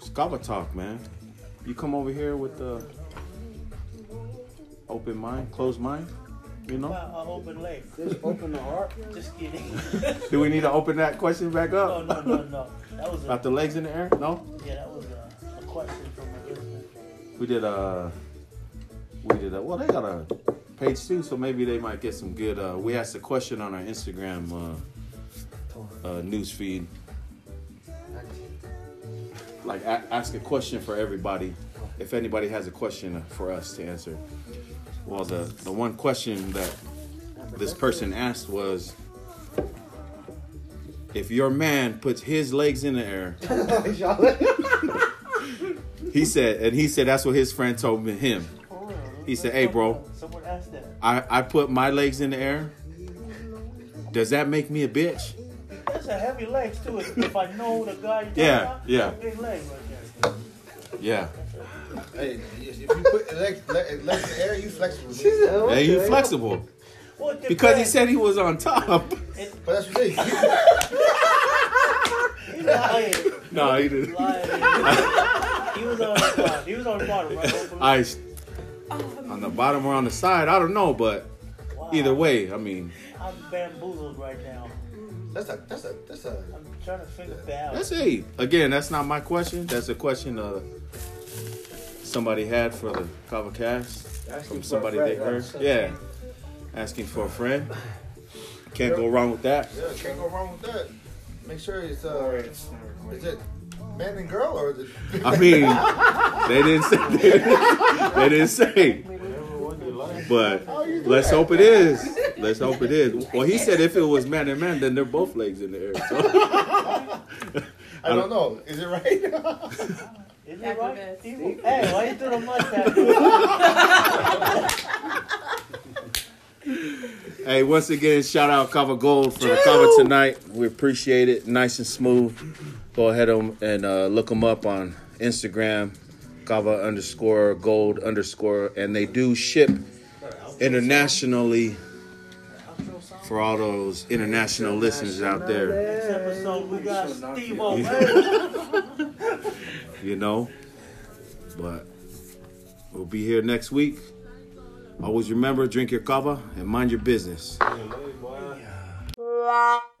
Speaker 1: Scuba talk, man. You come over here with the open mind, closed mind. You know?
Speaker 3: Wow, I open leg.
Speaker 6: Just open the heart.
Speaker 3: Just kidding.
Speaker 1: Do we need to open that question back
Speaker 3: no,
Speaker 1: up?
Speaker 3: no, no, no. That was
Speaker 1: About
Speaker 3: a,
Speaker 1: the legs in the air? No.
Speaker 3: yeah, that was a, a question from a listener.
Speaker 1: We did a. We did a. Well, they got a page two, so maybe they might get some good. Uh, we asked a question on our Instagram uh, uh, news feed. Like a- ask a question for everybody. If anybody has a question for us to answer, well, the the one question that this person asked was. If your man puts his legs in the air, he said, and he said that's what his friend told me, him.
Speaker 3: For real.
Speaker 1: He said, "Hey, bro."
Speaker 3: Someone asked that.
Speaker 1: I, I put my legs in the air. Does that make me a bitch?
Speaker 3: That's a heavy legs too. If if I know the guy, you're
Speaker 1: Yeah,
Speaker 3: talking about,
Speaker 1: yeah.
Speaker 3: it's a Big leg right
Speaker 1: Yeah.
Speaker 7: Hey, if you put legs, legs, legs in the air, you flexible.
Speaker 1: And
Speaker 6: okay.
Speaker 1: you flexible.
Speaker 3: there. Well, it
Speaker 1: Because he
Speaker 3: depends.
Speaker 1: said he was on top.
Speaker 7: But that's what it is. You-
Speaker 3: He's lying.
Speaker 1: no, he didn't.
Speaker 3: lying. he was on the bottom. He was on the bottom, right?
Speaker 1: I on the bottom or on the side, I don't know, but
Speaker 3: Wow.
Speaker 1: either way, I mean,
Speaker 3: I'm bamboozled right now.
Speaker 7: That's a that's a that's a
Speaker 3: I'm trying to figure that out.
Speaker 1: that's hey. Again, that's not my question. That's a question uh somebody had for the cover cast from somebody they heard. Yeah. Asking for a friend. Can't go wrong with that.
Speaker 7: yeah, can't go wrong with that. Make sure it's uh, is it man and girl or is it?
Speaker 1: I mean, they didn't say. They didn't, they didn't say. But let's hope it is. Let's hope it is. Well, he said if it was man and man, then they're both legs in the air. So.
Speaker 7: I don't know. Is it right?
Speaker 3: Is it right?
Speaker 11: Acrobats.
Speaker 3: Steve? Hey, why you do the mustache?
Speaker 1: Hey, once again, shout out Kava Gold for the cover tonight. We appreciate it. Nice and smooth. Go ahead on- and uh, look them up on Instagram, Kava underscore Gold underscore, and they do ship internationally for all those international listeners out there.
Speaker 3: Next episode, we got Steve O.
Speaker 1: you know. But we'll be here next week. Always remember, drink your cava and mind your business.
Speaker 5: la la